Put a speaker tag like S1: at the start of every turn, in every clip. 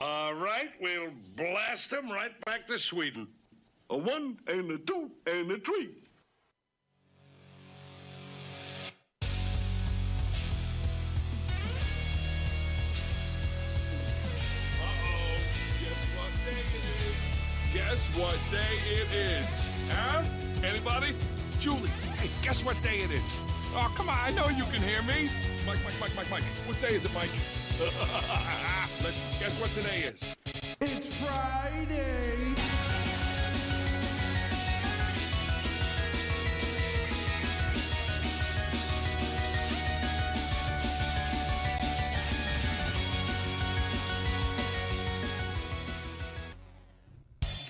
S1: All right, we'll blast them right back to Sweden.
S2: A one and a two and a three.
S3: Uh-oh. Guess what day it is? Guess what day it is? Huh? Anybody? Julie, hey, guess what day it is? Oh, come on, I know you can hear me. Mike, Mike, Mike, Mike, Mike. What day is it, Mike? Let's guess what today is.
S4: It's Friday.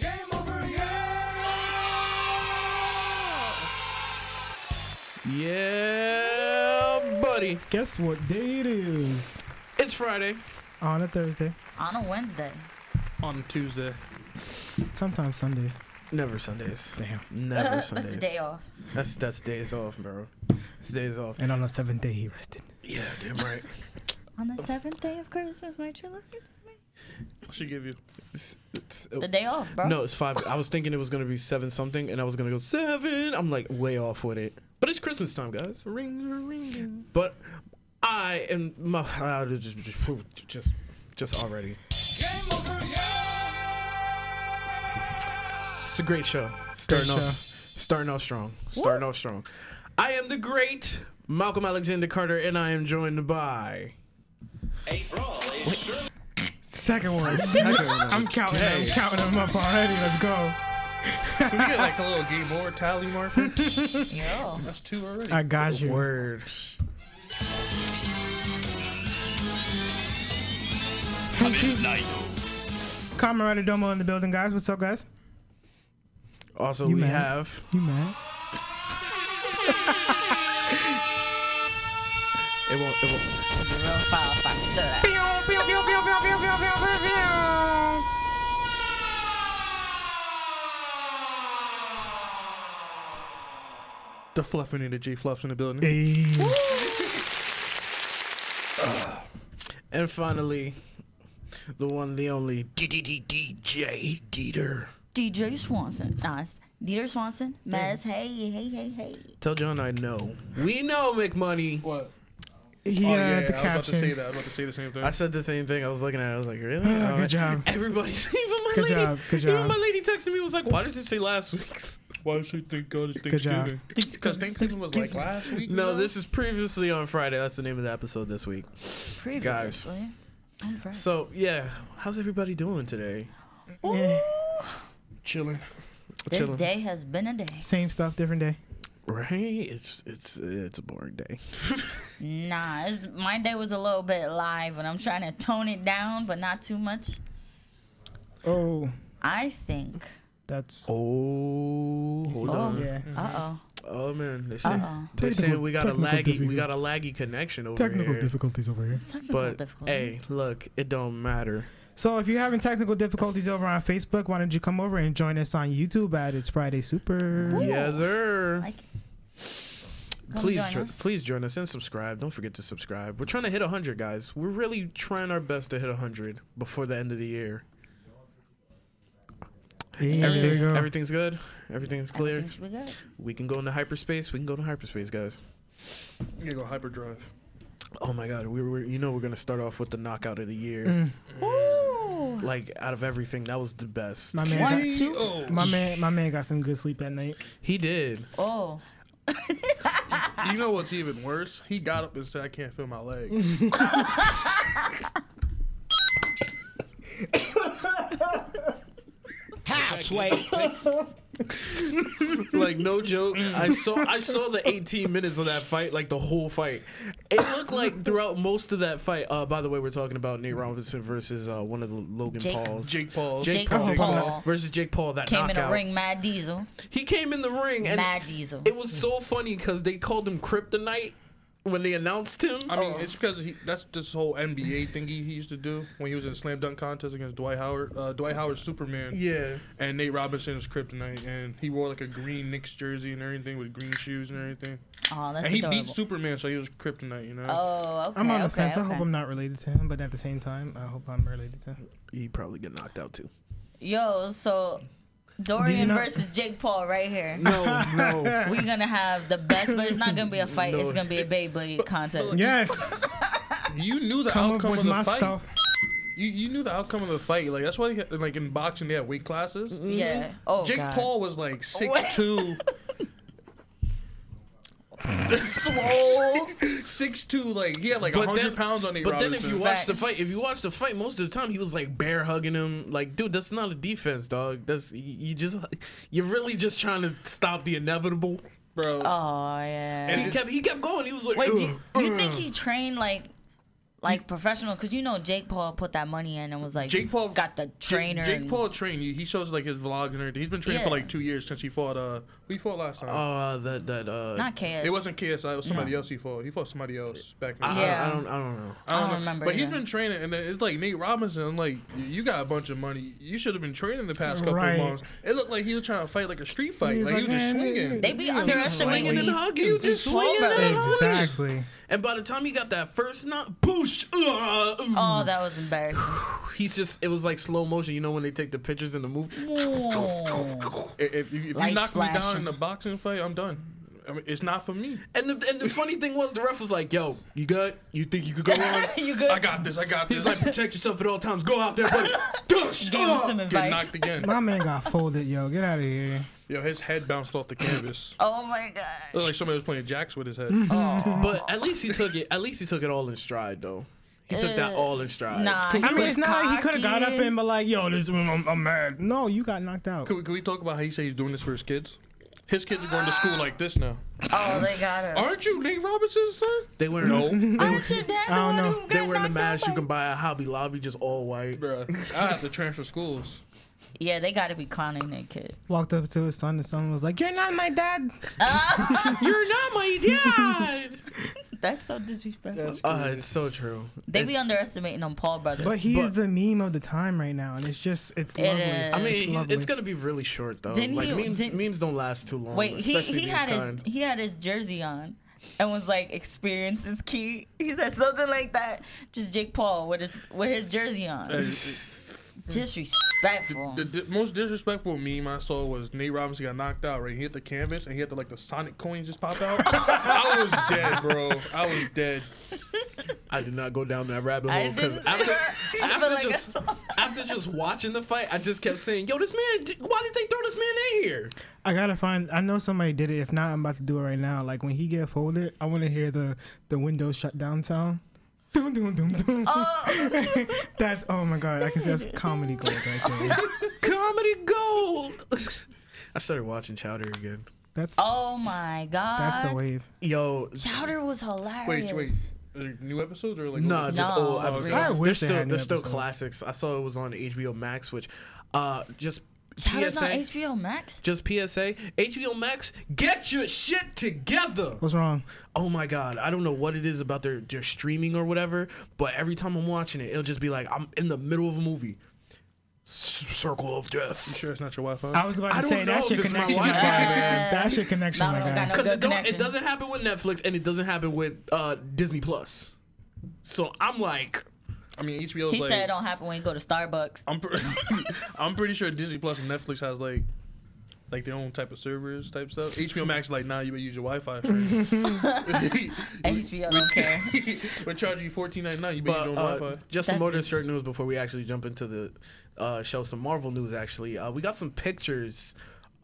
S4: Game over, yeah!
S5: Yeah, buddy.
S6: Guess what day it is?
S5: It's Friday
S6: On a Thursday,
S7: on a Wednesday.
S5: on Tuesday.
S6: sometimes Sundays.
S5: Never Sundays.
S6: Damn.
S5: Never
S7: That's
S5: Sundays.
S7: a day off.
S5: That's that's days off, bro. It's days off.
S6: And on the seventh day, he rested.
S5: Yeah, damn right.
S7: On the seventh day of Christmas, my true love gives me
S5: she give you. It's, it's,
S7: the day off, bro.
S5: No, it's five. I was thinking it was gonna be seven something, and I was gonna go seven. I'm like way off with it. But it's Christmas time, guys. Rings are ringing. But I and my uh, just, just just just already.
S3: Game over,
S5: It's a great show. Starting
S6: Great
S5: off, starting off strong. Starting off strong. I am the great Malcolm Alexander Carter, and I am joined by.
S6: Second one.
S5: I'm
S6: I'm counting. I'm counting them up already. Let's go.
S8: Can we get like a little game over tally marker?
S7: Yo.
S8: That's two already.
S6: I got you.
S5: Word.
S6: Hey, shoot. Comrade Domo in the building, guys. What's up, guys?
S5: Also,
S6: You
S5: we
S6: mad?
S5: have
S6: You mad?
S5: it won't it won't.
S7: The real file faster.
S8: The fluffing the G fluffs in the building. Oh,
S6: Hey.
S5: And finally, the one, the only DJ Dieter.
S7: DJ Swanson. Nah, it's Dieter Swanson. Maz, hey, hey, hey, hey.
S5: Tell John I know. We know McMoney.
S8: What?
S6: He
S8: Oh,
S6: uh,
S8: yeah,
S6: the
S8: I was about to say
S6: captions.
S8: that. I was about to say the same thing.
S5: I said the same thing. I was looking at it. I was like, really?
S6: Oh, good job.
S5: Everybody's even my
S6: Good
S5: lady.
S6: job, good
S5: Even
S6: job.
S5: my lady texted me was like, why did you say last week's?
S8: Why should you think God is
S6: Good job.
S8: Thanksgiving? Because Thanksgiving was like last week. you
S5: No,
S8: know?
S5: this is previously on Friday. That's the name of the episode this week.
S7: Previously. I'm fresh.
S5: So yeah, how's everybody doing today?
S6: Yeah.
S5: Chilling.
S7: this
S5: Chilling.
S7: day has been a day.
S6: Same stuff, different day.
S5: Right? It's it's it's a boring day.
S7: Nah, it's, my day was a little bit live, and I'm trying to tone it down, but not too much.
S6: Oh,
S7: I think.
S6: that's.
S5: Oh, hold
S7: Oh.
S5: on.
S6: Yeah.
S7: Uh oh.
S5: Oh man, they say
S7: Uh-oh.
S5: they're saying we got a
S6: Technical-
S5: laggy
S6: technical
S5: we got a laggy connection over
S6: Technical
S5: here.
S6: difficulties over here.
S7: Technical
S5: But hey,
S7: difficulties.
S5: look, it don't matter.
S6: So if you're having technical difficulties over on Facebook, why don't you come over and join us on YouTube at It's Friday Super?
S5: Yes, sir.
S7: Like, come
S5: please,
S7: join
S5: jo-
S7: us.
S5: please join us and subscribe. Don't forget to subscribe. We're trying to hit hundred, guys. We're really trying our best to hit hundred before the end of the year.
S6: Yeah, there you
S5: Everything's,
S6: go.
S5: everything's good. Everything's clear.
S7: Everything should be good.
S5: We can go into hyperspace. We can go to hyperspace, guys.
S8: You gotta go hyperdrive.
S5: Oh my God, we were. You know, we're gonna start off with the knockout of the year. Like out of everything, that was the best.
S6: My man, got, my man, my man got some good sleep at night.
S5: He did.
S7: Oh.
S8: You know what's even worse? He got up and said, "I can't feel my leg."
S5: Like no joke. I saw. I saw the 18 minutes of that fight. Like the whole fight. It looked like throughout most of that fight. Uh, by the way, we're talking about Nate Robinson versus uh, one of the Logan
S7: Jake-
S5: Pauls.
S8: Jake Paul.
S5: Jake,
S7: Jake
S5: Paul,
S7: Paul.
S5: versus Jake Paul. That
S7: Came
S5: knockout.
S7: in a ring, Mad Diesel.
S5: He came in the ring and
S7: Mad Diesel.
S5: it was so funny because they called him Kryptonite when they announced him.
S8: I mean, it's because he, that's this whole NBA thing he, he used to do when he was in the slam dunk contest against Dwight Howard. Uh, Dwight Howard's Superman.
S5: yeah.
S8: And Nate Robinson's Kryptonite, and he wore like a green Knicks jersey and everything with green shoes and everything.
S7: Oh, that's
S8: And he
S7: adorable.
S8: beat Superman, so he was Kryptonite, you know?
S7: Oh, okay.
S6: I'm on the
S7: okay,
S6: fence.
S7: Okay.
S6: I hope I'm not related to him, but at the same time, I hope I'm related to him.
S5: You probably get knocked out too.
S7: Yo, so Dorian
S6: know-
S7: versus Jake Paul right here.
S5: No, no.
S7: We're gonna have the best, but it's not gonna be a fight. It's gonna be a Beyblade contest.
S6: Yes.
S8: You knew the
S6: Come up
S8: outcome
S6: with
S8: of the
S6: my
S8: fight.
S6: stuff.
S8: You, you knew the outcome of the fight. Like that's why they, had- like in boxing they have weight classes.
S7: Yeah. Oh,
S8: Jake
S7: God.
S8: Paul was like six two,
S7: Swole.
S8: six two. Like he had like
S5: But
S8: hundred
S5: then-
S8: pounds on Nate
S5: But then
S8: Robinson.
S5: if you watch the fight, if you watch the fight, most of the time he was like bear hugging him. Like, dude, that's not a defense, dog. That's you- you just you're really just trying to stop the inevitable.
S8: bro,
S7: Oh yeah.
S5: He kept he kept going. He was like,
S7: Wait, do you,
S5: "Ugh,
S7: you
S5: ugh."
S7: think he trained like, like professional? Because you know Jake Paul put that money in and was like,
S8: Jake Paul
S7: got the
S8: Jake-
S7: trainer.
S8: Jake,
S7: and-
S8: Paul trained. He he shows like his vlogs and everything. He's been training for
S7: Yeah.
S8: like two years since he fought. Uh, who he fought last time.
S5: Uh, that that uh,
S7: not KS.
S8: it wasn't KSI. It was somebody else he fought. He fought somebody else back. In the
S5: I,
S8: day.
S7: Yeah.
S5: I, I don't I don't know.
S7: I don't remember
S8: But he's
S7: either.
S8: been training, and it's like Nate Robinson. Like you- you got a bunch of money. You should have been training the past couple
S6: Right.
S8: of months. It looked like he was trying to fight like a street fight.
S6: was
S8: like, he
S6: like,
S8: was just
S6: "Man,
S8: swinging.
S7: They be underestimating
S5: Swinging and
S7: these.
S5: hugging, you just
S7: small
S5: swinging and
S7: brothers.
S5: hugging.
S6: exactly.
S5: And by the time he got that first knot, boosh, ugh, ugh.
S7: Oh, that was embarrassing.
S5: he's just it was like slow motion. You know when they take the pictures in the movie.
S7: Whoa.
S8: I- If you, if you
S7: Lights
S8: knock me down
S7: flashing.
S8: in a boxing fight, I'm done. I mean, it's not for me.
S5: And the, and the funny thing was, the ref was like, "Yo, you good? You think you could go on?"
S7: you good?
S8: I got this. I got this.
S5: He's like, "Protect yourself at all times. Go out there, buddy." Dush,
S7: Give him
S5: uh.
S7: some
S8: get
S7: advice.
S8: knocked again.
S6: My man got folded, yo. Get out of here.
S8: Yo, his head bounced off the canvas.
S7: Oh my god.
S8: Looked like somebody was playing jacks with his head.
S5: But at least he took it. At least he took it all in stride, though. He took that
S7: Uh,
S5: all in stride.
S7: Nah. he
S6: I mean,
S7: was
S6: it's not like he could have got up
S7: cocky.
S6: and be like, yo, this, I'm, I'm mad. No, you got knocked out.
S8: Can we, can we talk about how he said he's doing this for his kids? His kids are going to school like this now.
S7: Oh, they got us.
S8: Aren't you Nate Robinson's son?
S5: They were no. They were,
S7: Aren't your dad the
S6: I
S7: one
S6: don't
S7: who
S6: know.
S7: got
S5: they were in a
S7: knocked out
S5: mask. You
S7: by-
S5: can buy a Hobby Lobby, just all white.
S8: Bruh, I have to transfer schools.
S7: Yeah, they gotta be clowning that kid.
S6: Walked up to his son, and son was like, you're not my dad.
S5: You're not my dad.
S7: That's so disrespectful.
S5: uh, it's so true.
S7: they be underestimating them Paul brothers.
S6: But he is
S5: But-
S6: the meme of the time right now, and it's just, it's lovely.
S7: is.
S5: I mean,
S6: it's
S5: he's-
S6: lovely.
S5: it's gonna be really short though.
S7: Didn't
S5: like
S7: you-
S5: memes,
S7: didn't-
S5: memes don't last too long.
S7: Wait, he,
S5: especially
S7: he
S5: these
S7: had his
S5: kind.
S7: he had his jersey on and was like, "Experience is key." He said something like that. Just Jake Paul with his with his jersey
S8: Uh,
S7: on.
S8: the,
S7: Disrespectful.
S8: the most disrespectful meme I saw was Nate Robinson got knocked out, right? He hit the canvas and he had the, like the Sonic coins just pop out. I was dead, bro. I was dead.
S5: I did not go down that rabbit
S7: I
S5: hole because
S7: didn't
S5: after,
S7: either. I
S5: after
S7: feel like I
S5: just
S7: saw-
S5: after just watching the fight, I just kept saying, "Yo, this man, d- why did they throw this man in here?"
S6: I gotta find. I know somebody did it. If not, I'm about to do it right now. Like when he get folded, I want to hear the the window shut down sound. Doom doom doom doom.
S7: Oh.
S6: that's oh my god! I can see that's comedy gold right
S7: Oh
S6: there.
S5: Comedy gold. I started watching Chowder again.
S6: That's
S7: oh my god.
S6: that's the wave.
S5: Yo,
S7: Chowder was hilarious.
S8: Wait, wait. Are new episodes or like?
S5: nah, just
S7: No.
S5: old episodes.
S7: I
S6: wish
S5: they're
S6: they
S5: still
S6: had new
S5: they're still
S6: episodes.
S5: classics. I saw it was on HBO Max, which, uh, just
S7: Chowder's on
S5: PSA.
S7: HBO Max.
S5: just PSA, HBO Max, get your shit together.
S6: What's wrong?
S5: oh my god i don't know what it is about their, their streaming or whatever but every time i'm watching it it'll just be like i'm in the middle of a movie C- circle of death
S8: Sure, it's not your Wi-Fi.
S6: I was about
S5: I
S6: to
S5: don't
S6: say
S5: know
S6: that's your
S5: if it's my
S6: connection. My
S5: Wi-Fi,
S7: man.
S6: That's your connection,
S7: Nah,
S6: my
S7: I don't
S6: guy.
S7: got no
S5: because
S7: good
S5: it, don't,
S7: connection.
S5: it doesn't happen with netflix and it doesn't happen with uh, disney plus so i'm like
S8: I mean, HBO. 's
S7: He
S8: like,
S7: said it don't happen when you go to Starbucks.
S8: I'm pre- I'm pretty sure Disney Plus and Netflix has like like their own type of servers type stuff. HBO Max is like, nah, you better use your Wi-Fi. straight."
S7: HBO don't care.
S8: We're charging you fourteen ninety nine. You better
S5: But
S8: use your own
S5: uh,
S8: Wi-Fi.
S5: just some
S7: That's
S5: other
S7: the-
S5: short news before we actually jump into the uh, show. Some Marvel news actually. Uh, we got some pictures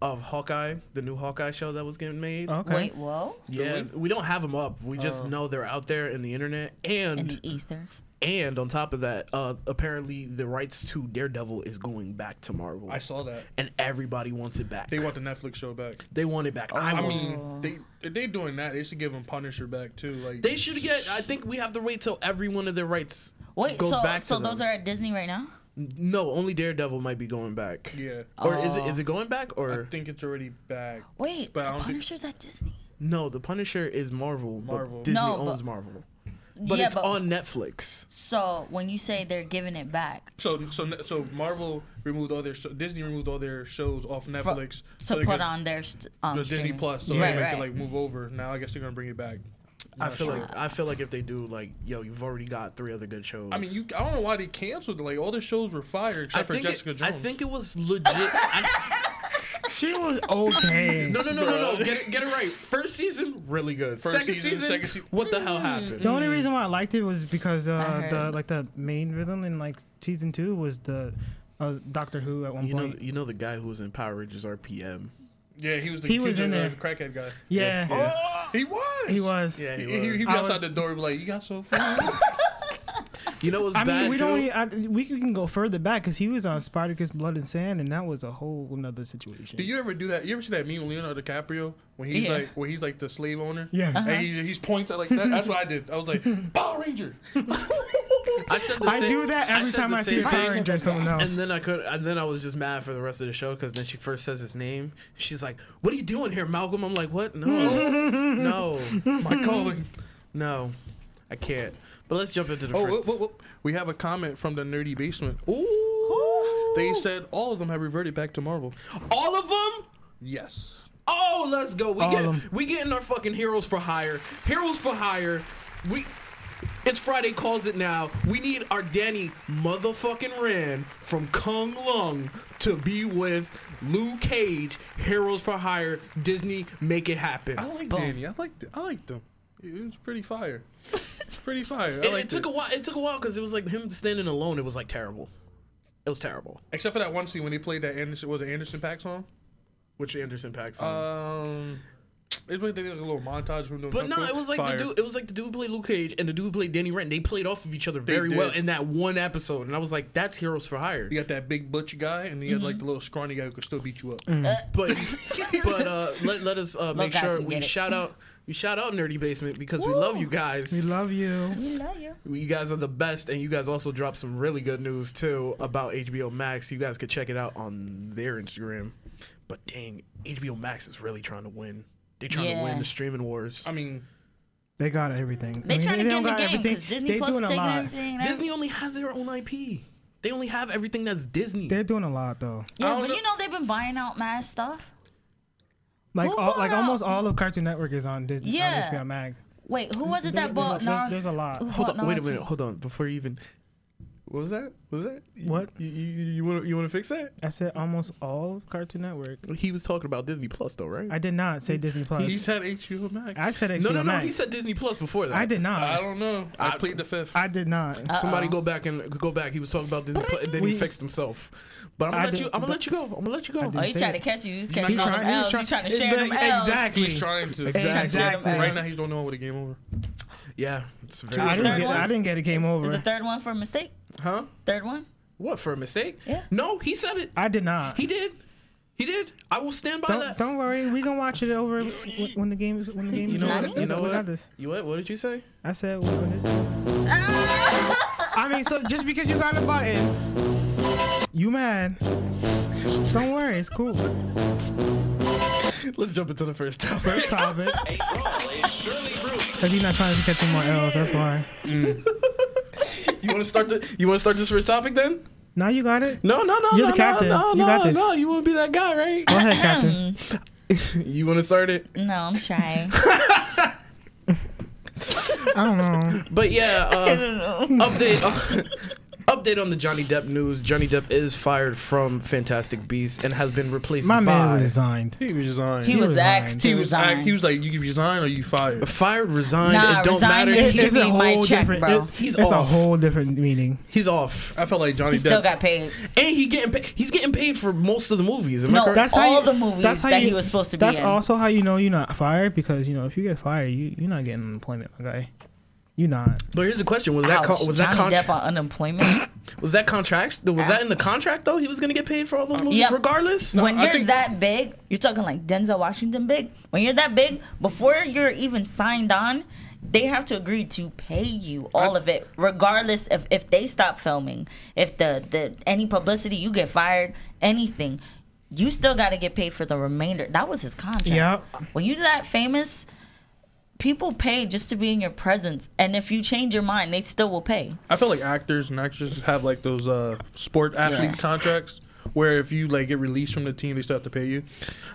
S5: of Hawkeye, the new Hawkeye show that was getting made.
S8: Oh,
S6: Okay.
S7: Wait, whoa.
S5: yeah, we don't have them up. We just know they're out there in the internet. And
S7: In the ether.
S5: and on top of that, uh, apparently the rights to Daredevil is going back to Marvel.
S8: I saw that.
S5: and everybody wants it back.
S8: They want Oh, the Netflix show back.
S5: They want it back. I,
S8: I
S5: mean,
S8: mean, they if they doing that, they should give them Punisher back too. Like
S5: they should get. I think we have to wait till every one of their rights
S7: Wait,
S5: goes
S7: so
S5: back
S7: so
S5: to
S7: those
S5: them.
S7: are at Disney right now?
S5: no, only Daredevil might be going back.
S8: yeah.
S7: Oh.
S5: Or is it is it going back or
S8: I think it's already back.
S7: Wait,
S8: But I
S7: the
S8: don't think-
S7: Punisher's at Disney.
S5: no? The Punisher is Marvel. Marvel.
S8: Marvel.
S5: Disney
S7: No,
S5: owns
S7: but-
S5: Marvel. but
S7: Yeah,
S5: it's
S7: but-
S5: on Netflix.
S7: So when you say they're giving it back,
S8: So so so Marvel removed all their sh- Disney removed all their shows off
S7: fro-
S8: Netflix so
S7: to
S8: they
S7: put
S8: could-
S7: on their st- um,
S8: the Disney
S7: streaming.
S8: Plus, so
S7: Right,
S8: they
S7: right.
S8: could like move over. Now I guess they're gonna bring it back.
S5: I feel like I feel like if they do, like, yo, you've already got three other good shows.
S8: I mean, you I don't know why they canceled. Like all the shows were fired
S5: I
S8: except for
S5: think,
S8: Jessica
S5: it, I
S8: Jones.
S5: think it was legit. I-
S6: She was okay.
S5: no, no, no, no, no. Get it, get it right. First season, really good. second
S8: season,
S5: season,
S8: second se-
S5: what the hell happened?
S6: The only reason why I liked it was because uh,
S7: heard.
S6: the like the main villain in like season two was the uh, Doctor Who at one
S5: You know,
S6: point.
S5: you know the guy who was in Power Rangers RPM.
S8: yeah, he was the
S6: He
S8: kid,
S6: was in
S8: uh,
S6: there.
S8: crackhead guy.
S6: yeah,
S8: He was.
S6: he was.
S8: He, he, he was
S6: I
S8: outside
S6: was-
S8: the door, like you got so far.
S5: You know what's
S6: I
S5: bad
S6: mean, we
S5: too?
S6: don't. e- I, we can go further back because he was on Spartacus, Blood and Sand, and that was a whole another situation.
S8: Do you ever do that? You ever see that meme with Leonardo DiCaprio when he's
S7: Yeah.
S8: like when he's like the slave owner?
S6: Yes. Uh-huh.
S8: And he, he's points out like that. That's what I did. I was like Power Ranger.
S5: I said the
S6: I
S5: same-
S6: do that every
S5: said
S6: time
S5: the
S6: I
S5: same
S6: see a Power
S5: thing.
S6: Ranger or someone else.
S5: And then I could, and then I was just mad for the rest of the show because then she first says his name. She's like, "What are you doing here, Malcolm?" I'm like, "What? No, no,
S8: My calling.
S5: no, I can't." But let's jump into the
S8: Oh, whoop,
S5: first.
S8: whoop, whoop. we have a comment from the Nerdy Basement.
S5: Ooh.
S8: They said all of them have reverted back to Marvel.
S5: all of them.
S8: Yes.
S5: Oh, let's go. We
S6: All
S5: get
S6: of 'em.
S5: we getting our fucking heroes for hire. Heroes for hire. We. It's Friday calls it now. We need our Danny motherfucking Ran from Kung Lung to be with Luke Cage. Heroes for hire. Disney, make it happen.
S8: I like Danny. I like I liked them. It was pretty fire. It's pretty fire.
S5: It,
S8: I
S5: it
S8: liked
S5: took a while. It took a while because it was like him standing alone. It was like terrible. It was terrible.
S8: Except for that one scene when they played that Anderson was it Anderson Pack song.
S5: Which Anderson Paak song.
S8: Um, it's like they did a little montage from them.
S5: Uh, but no, it was like
S8: Fire.
S5: the dude. It was like the dude played Luke Cage and the dude played Danny Rand. They played off of each other very
S8: did.
S5: well in that one episode, and I was like, "That's heroes for hire."
S8: You got that big butch guy, and you got
S5: Mm-hmm.
S8: like the little scrawny guy who could still beat you up.
S5: But but uh, let let us uh, make
S7: guys
S5: sure
S7: can
S5: we
S7: get it.
S5: shout out we shout out Nerdy Basement because we love you guys.
S6: We love you.
S7: We love you.
S5: you guys are the best, and you guys also dropped some really good news too about HBO Max. You guys could check it out on their Instagram. But dang, HBO Max is really trying to win. They trying to
S7: Yeah.
S5: win the streaming wars.
S8: I mean,
S6: They got everything.
S7: They
S6: I mean,
S7: trying to
S6: they
S7: get
S6: don't
S7: in the
S6: got
S7: game
S6: everything.
S7: because Disney
S6: They're
S7: Plus is
S6: doing a
S7: taking
S6: lot.
S7: everything.
S5: Disney only has their own IP. They only have everything that's Disney.
S6: They're doing a lot though.
S7: Yeah,
S8: don't
S7: but
S8: know-
S7: you know they've been buying out mad stuff.
S6: Like
S7: Who
S6: all,
S7: bought
S6: like
S7: out-
S6: almost all of Cartoon Network is on Disney.
S7: Yeah.
S6: On HBO Max.
S7: Wait, who was it
S6: There's-
S7: that bought?
S6: there's a-
S7: Nar-
S6: there's a lot.
S7: who
S5: Hold
S7: bought
S5: on, wait a
S7: Naruto?
S5: minute. Hold on, before you even. What was that? What was that? You-
S6: What?
S5: You you, you want to you want to fix that?
S6: I said almost all of Cartoon Network.
S5: He was talking about Disney Plus though, right?
S6: I did not say Disney
S8: he's
S6: Plus.
S8: had HBO Max.
S6: I said HBO
S5: no, no, no.
S6: Max.
S5: He said Disney Plus before that.
S6: I did not.
S8: I
S6: I,
S8: don't know. I, plead the fifth.
S6: did not.
S7: Uh,
S5: Somebody go back and go back. He was talking about Disney Plus, and then he
S6: We-
S5: fixed himself. But I'm gonna
S6: I
S5: let
S6: did-
S5: you. I'm gonna let you go. I'm gonna let you go.
S7: Oh, he
S6: Say
S7: tried
S6: it.
S7: to catch you. He's catching
S6: He's
S7: all
S6: trying- he's
S7: them L's.
S6: trying-
S7: He's trying
S5: Oh,
S7: to share them L's.
S5: Exactly.
S8: He's trying to.
S5: Exactly.
S8: Right now, he's don't know what a game over.
S5: Yeah, it's very
S6: I didn't
S7: Third
S6: get.
S7: one?
S6: I didn't get. It came
S7: Is the
S6: over.
S7: third one for a mistake?
S5: huh?
S7: Third one?
S5: What for a mistake?
S7: Yeah.
S5: No, he said it.
S6: I did not.
S5: He did. He did. I will stand by
S6: Don't
S5: that.
S6: don't worry. We gonna watch it over when- when the game is when the game
S5: You
S6: is
S5: know
S6: over.
S5: what? You know
S6: We got
S5: what?
S6: this.
S5: You what? What did you say?
S6: I said when this. I mean, so just because you got a button, you mad? Don't worry. It's cool.
S5: Let's jump into the first topic.
S6: Stop it. Cause he's not trying to catch any more L's. That's why.
S5: you want to start the? You want to start this first topic then?
S6: Now you got it.
S5: No, no, no,
S6: You're
S5: no,
S6: the captain.
S5: no,
S6: You
S5: no,
S6: got
S5: no,
S6: this.
S5: no. You want to be that guy, right?
S6: Go ahead, Captain.
S5: you want to start it?
S7: No, I'm shy.
S6: I don't know.
S5: But yeah, uh, update update on the Johnny Depp news. Johnny Depp is fired from Fantastic Beasts and has been replaced
S6: My man
S5: by
S6: resigned.
S8: He was resigned.
S7: He was
S6: resigned.
S7: asked
S8: He
S7: to
S8: was, act- he
S7: resign.
S8: was like, you resign or you fired.
S5: fired, resigned.
S7: Nah,
S5: it don't matter.
S7: resigning is-
S5: He's,
S7: is- me my check,
S6: different.
S7: bro.
S6: it-
S5: He's
S6: it's a
S5: off.
S6: whole different meaning.
S5: he's off,
S8: I felt like Johnny
S7: He still
S8: Depp.
S7: got paid.
S5: and he getting pa- he's getting paid for most of the movies. Am I
S7: No,
S5: correct?
S7: that's- All the movies that he was supposed to be
S6: That's
S7: in.
S6: also how you know you're not fired because you know if you get fired, you you're not getting unemployment, my guy. You're not.
S5: but here's the question: Was that
S7: Ouch.
S5: con- was that
S7: Johnny Depp
S5: contract
S7: on unemployment?
S5: was that contract was that in the contract though? He was gonna get paid for all those movies
S7: Uh, Yep.
S5: regardless.
S7: when
S8: I
S7: you're
S8: think-
S7: that big, you're talking like Denzel Washington big. When you're that big, before you're even signed on, they have to agree to pay you all of it, regardless of if they stop filming, if the, the any publicity, you get fired, anything. You still got to get paid for the remainder. That was his contract.
S6: Yep.
S7: When you're that famous, people pay just to be in your presence, and if you change your mind, they still will pay.
S8: I feel like actors and actresses have like those uh, sport athlete contracts where if you like get released from the team, they still have to pay you,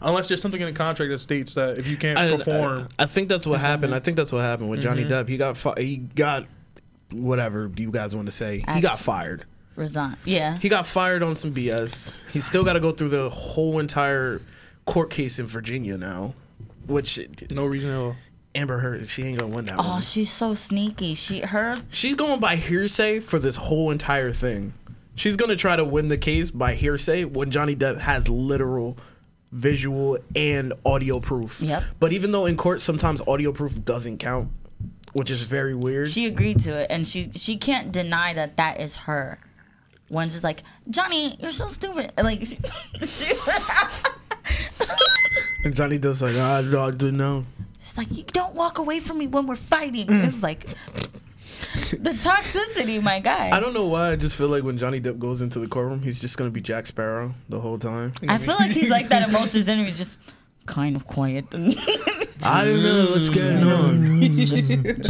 S8: unless there's something in the contract that states that if you can't
S5: I,
S8: perform,
S5: I, I think that's what happened. I think that's what happened with
S7: Mm-hmm.
S5: Johnny Depp. He got fi- he got whatever you guys want to say. He got
S7: Abs-
S5: fired.
S7: Resign. Yeah.
S5: He got fired on some BS. He's still got to go through the whole entire court case in Virginia now, which
S8: no reason at all.
S5: Amber Heard she ain't gonna win that
S7: Oh,
S5: one.
S7: she's so sneaky. She her
S5: She's going by hearsay for this whole entire thing. She's gonna try to win the case by hearsay when Johnny Depp has literal visual and audio proof.
S7: Yep.
S5: But even though in court sometimes audio proof doesn't count, which is very weird.
S7: she agreed to it, and she she can't deny that that is her. One's just like Johnny, you're so stupid. Like she,
S5: and Johnny Depp's like, "Ah, I don't know.
S7: she's like you don't walk away from me when we're fighting.
S5: Mm.
S7: It was like the toxicity, my guy.
S5: I don't know why. I just feel like when Johnny Depp goes into the courtroom, he's just gonna be Jack Sparrow the whole time.
S7: I feel like he's like that in most of his interviews, just kind of quiet.
S5: I don't know what's going on,
S7: Mm. just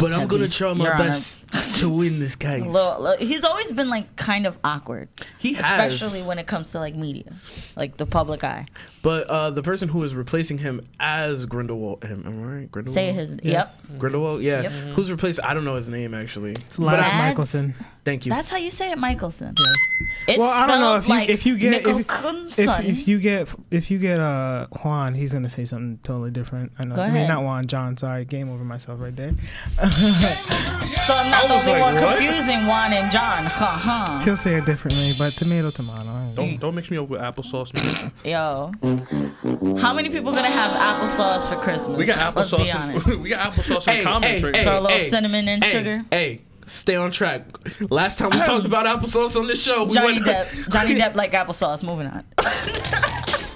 S5: but I'm gonna
S7: heavy.
S5: try my
S7: Your Honor.
S5: best to win this case.
S7: little, little- he's always been like kind of awkward,
S5: he has,
S7: especially when it comes to like media, like the public eye.
S5: but uh, the person who is replacing him as Grindelwald, am am I right? Grindelwald.
S7: Say his yep.
S5: Grindelwald, yeah.
S7: Yep.
S5: Who's replaced? I don't know his name actually.
S6: It's Lance
S7: I-
S6: Michelson.
S5: Thank you.
S7: That's how you say it, Michelson. It's
S6: Well, I don't know
S7: spelled
S6: if you
S7: like
S6: if you get if, if,
S7: Michelson.
S6: if you get if you get uh Juan, he's gonna say something totally different. I know.
S7: Go
S6: I mean,
S7: ahead.
S6: not Juan, John. Sorry, game over myself right there.
S7: so I'm not the only
S5: like,
S7: one
S5: what?
S7: confusing Juan and John. Huh, huh.
S6: He'll say it differently, but tomato, tomato. I don't know.
S8: Don't don't mix me up with applesauce. Man.
S7: Yo. How many people gonna have applesauce for Christmas?
S8: We got
S7: Let's be honest.
S8: applesauce. we got applesauce and commentary.
S7: Throw a little cinnamon and
S5: hey,
S7: sugar.
S5: Hey, stay on track. Last time we talked about applesauce on this show, we
S7: Johnny
S5: went-
S7: Depp. Johnny Depp like applesauce. Moving on.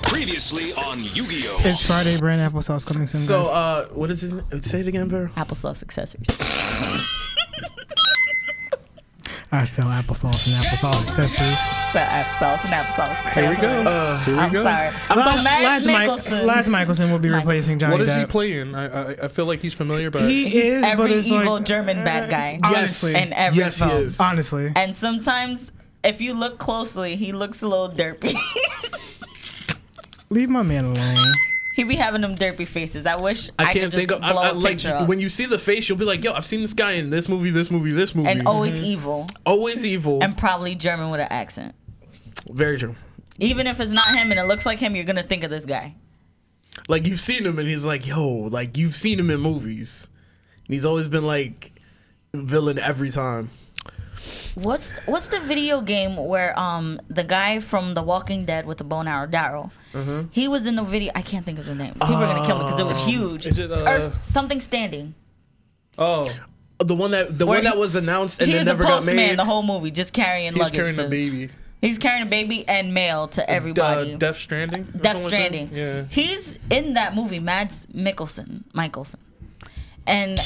S9: Previously on Yu-Gi-Oh!
S6: It's Friday brand applesauce coming soon.
S5: So,
S6: guys.
S5: uh, what is his? Say it again, bro.
S7: Applesauce accessories.
S6: I sell applesauce and applesauce accessories.
S7: But applesauce and applesauce.
S8: Here we go. Here we
S7: Uh, I'm
S8: go.
S7: sorry.
S5: Uh,
S7: so
S6: Lance,
S7: Mads
S6: Mi-
S7: Mikkelsen.
S6: Lance Michelson will be
S7: Mike.
S6: replacing Johnny
S8: What is he
S6: Depp.
S8: playing? I, I I feel like he's familiar, but
S6: He is, but
S7: Every
S6: it's
S7: evil
S6: like
S7: German bad guy.
S6: honestly,
S7: And every
S5: yes, he
S7: film.
S5: is.
S6: honestly,
S7: And sometimes, if you look closely, he looks a little derpy.
S6: leave my man alone.
S7: he be having them derpy faces. I wish I,
S5: I can't
S7: could just
S5: think of. I,
S7: blow
S5: I,
S7: a
S5: like
S7: picture up.
S5: when you see the face, you'll be like, "Yo, I've seen this guy in this movie, this movie, this movie."
S7: and always evil
S5: always evil.
S7: and probably German with an accent.
S5: Very true.
S7: Even if it's not him and it looks like him, you're gonna think of this guy.
S5: Like you've seen him, and he's like, "Yo," like you've seen him in movies, and he's always been like villain every time.
S7: What's what's the video game where um the guy from The Walking Dead with the bone arrow Daryl?
S5: Mm-hmm.
S7: He was in the video. I can't think of the name. People are gonna kill me because it
S5: Oh.
S7: was huge.
S8: is it,
S7: or
S8: uh,
S7: something standing.
S8: oh,
S5: The one that the
S7: Where
S5: one that
S7: he-
S5: was announced and
S7: He
S5: then
S7: was a
S5: never got
S7: postman
S5: made.
S7: the whole movie, just carrying
S8: he's
S7: luggage.
S8: carrying a
S7: to-
S8: baby.
S7: He's carrying a baby and mail to
S8: Uh,
S7: everybody.
S8: Death Stranding. or
S7: Death
S8: something like that?
S7: Stranding.
S8: yeah.
S7: He's in that movie, Mads Mikkelsen. Michelson. And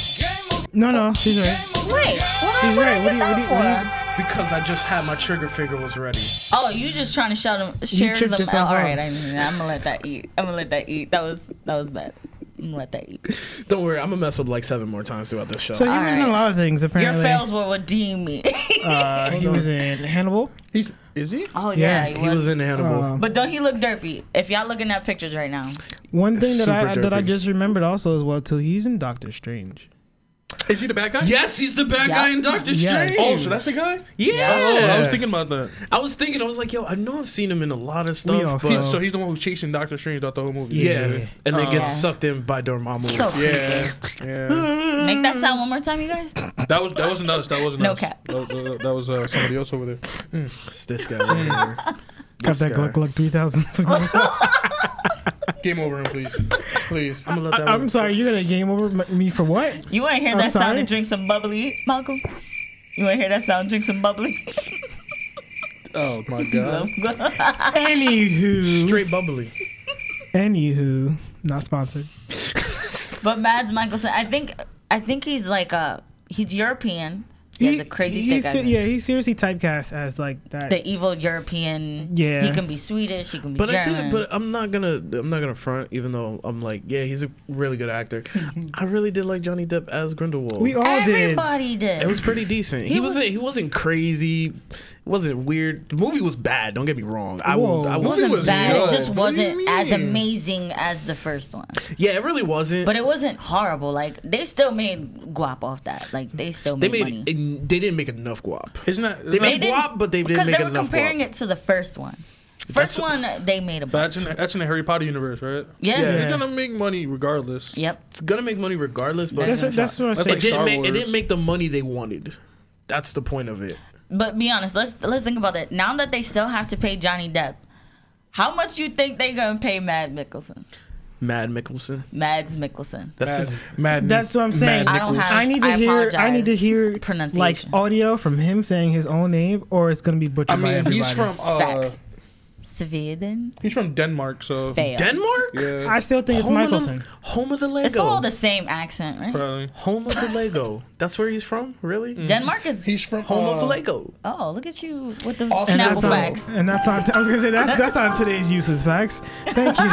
S6: No, no, she's right.
S7: wait, what,
S6: He's
S7: what
S6: right. What do
S7: I get
S6: you- what do you-
S7: that
S6: what do you-
S7: for?
S5: because I just had my trigger finger was ready.
S7: Oh, you just trying to shout them, share
S6: tripped
S7: them
S6: yourself
S7: out. All
S6: up.
S7: right, I mean, I'm gonna let that eat. I'm gonna let that eat. That was that was bad. I'm gonna let that eat.
S5: Don't worry, I'm gonna mess up like seven more times throughout this show.
S6: So he was in
S7: Alright.
S6: a lot of things
S7: Your
S6: apparently.
S7: fails will redeem me.
S6: Uh, he was in Hannibal.
S8: He's is he?
S7: oh
S6: yeah,
S7: yeah,
S5: he was in Hannibal.
S6: Um,
S7: But don't he look derpy? If y'all looking at pictures right now,
S6: One thing that I
S5: Super
S6: that I
S5: derpy.
S6: just remembered also as well too. He's in Doctor Strange.
S8: Is he the bad guy?
S5: yes, he's the bad
S7: Yeah.
S5: guy in Doctor
S6: Yeah.
S5: Strange.
S8: Oh, so that's the guy.
S5: yeah.
S8: Oh, I was thinking about that.
S5: I was thinking, I was like, yo, I know I've seen him in a lot of stuff,
S6: all
S5: but
S6: saw-
S8: He's, so he's the one who's chasing Doctor Strange throughout the whole movie.
S5: yeah.
S6: Yeah.
S5: and then
S7: Uh,
S5: gets sucked in by Dormammu.
S7: so
S8: Yeah, yeah.
S7: creepy. Make that sound one more time, you guys.
S8: That was that wasn't us. That wasn't
S7: No
S8: us.
S7: cap.
S8: That, that- that was uh, somebody else over there.
S5: It's this guy right here.
S6: Got that
S5: guy.
S6: Gluck Gluck three thousand.
S8: Game over him, please, please.
S5: I'm gonna let that
S6: I'm
S5: one-
S6: sorry, you're gonna game over m- me for what?
S7: You ain't hear
S6: I'm
S7: that sound
S6: sorry?
S7: and drink some bubbly, Malcolm? You ain't hear that sound? Drink some bubbly.
S8: Oh my god.
S6: Anywho,
S5: Straight bubbly.
S6: anywho, not sponsored.
S7: But Mads Mikkelsen, I think I think he's like a he's European, He has a crazy
S6: he's
S7: thick
S6: se-
S7: eyebrow.
S6: yeah, he's seriously typecast as like that.
S7: The evil European.
S6: Yeah.
S7: He can be Swedish. He can be
S5: But I
S7: German.
S5: did. But I'm not gonna. I'm not gonna front. Even though I'm like, yeah, he's a really good actor. I really did like Johnny Depp as Grindelwald.
S6: we all did.
S7: Everybody did.
S5: it was pretty decent. He,
S7: He
S5: wasn't.
S7: was-
S5: He wasn't crazy. It wasn't weird. The movie was bad. Don't get me wrong. I will. I
S6: Whoa.
S5: will.
S7: It wasn't
S5: say-
S8: was
S7: bad.
S8: good.
S7: It just
S8: What do you
S7: wasn't as
S8: mean?
S7: amazing as the first one.
S5: Yeah, it really wasn't.
S7: But it wasn't horrible. Like they still made guap off that. Like they still
S5: they
S7: made, money.
S5: made. It, they didn't make enough guap.
S8: Isn't that? Isn't
S5: They made
S8: that
S5: guap, but they didn't
S7: because
S5: make
S7: they were
S5: enough
S7: comparing
S5: guap.
S7: it to the first one. First
S5: That's-
S7: one they made a
S8: but that's
S7: bunch.
S8: in, the, that's in the Harry Potter universe, right?
S7: Yeah.
S8: You're gonna make money regardless.
S7: Yep.
S5: It's gonna make money regardless. But
S6: That's what, that's what I
S8: That's
S6: said.
S5: it
S8: like
S5: didn't
S8: Star
S5: make. It
S8: Wars.
S5: didn't make the money they wanted. That's the point of it.
S7: But be honest, let's let's think about it. Now that they still have to pay Johnny Depp, how much you think they gonna pay Mad Mickelson?
S5: Mad Mickelson.
S7: Mads Mickelson.
S5: That's his.
S8: Madden.
S6: That's what I'm saying.
S7: I don't have.
S6: I need to
S7: I
S6: hear. I need to
S7: apologize.
S6: hear like
S7: pronunciation.
S6: audio from him saying his own name, or it's gonna be butchered
S8: I
S6: by
S8: mean,
S6: everybody.
S8: he's from uh,
S7: Facts. Sweden.
S8: he's from Denmark, so
S7: Fail.
S5: Denmark.
S8: yeah,
S6: I still think it's
S5: Home of the-
S6: Michelson.
S5: Home of the Lego.
S7: It's all the same accent, right?
S8: probably.
S5: Home of the Lego. That's where he's from, really?
S6: Mm.
S7: Denmark is.
S8: He's from
S5: Home
S8: uh,
S5: of Lego.
S7: oh, look at you with the
S8: Also-
S6: And
S7: snapple
S6: that's on.
S7: facts.
S6: And that's on. I was gonna say that's that's on today's useless facts. Thank you.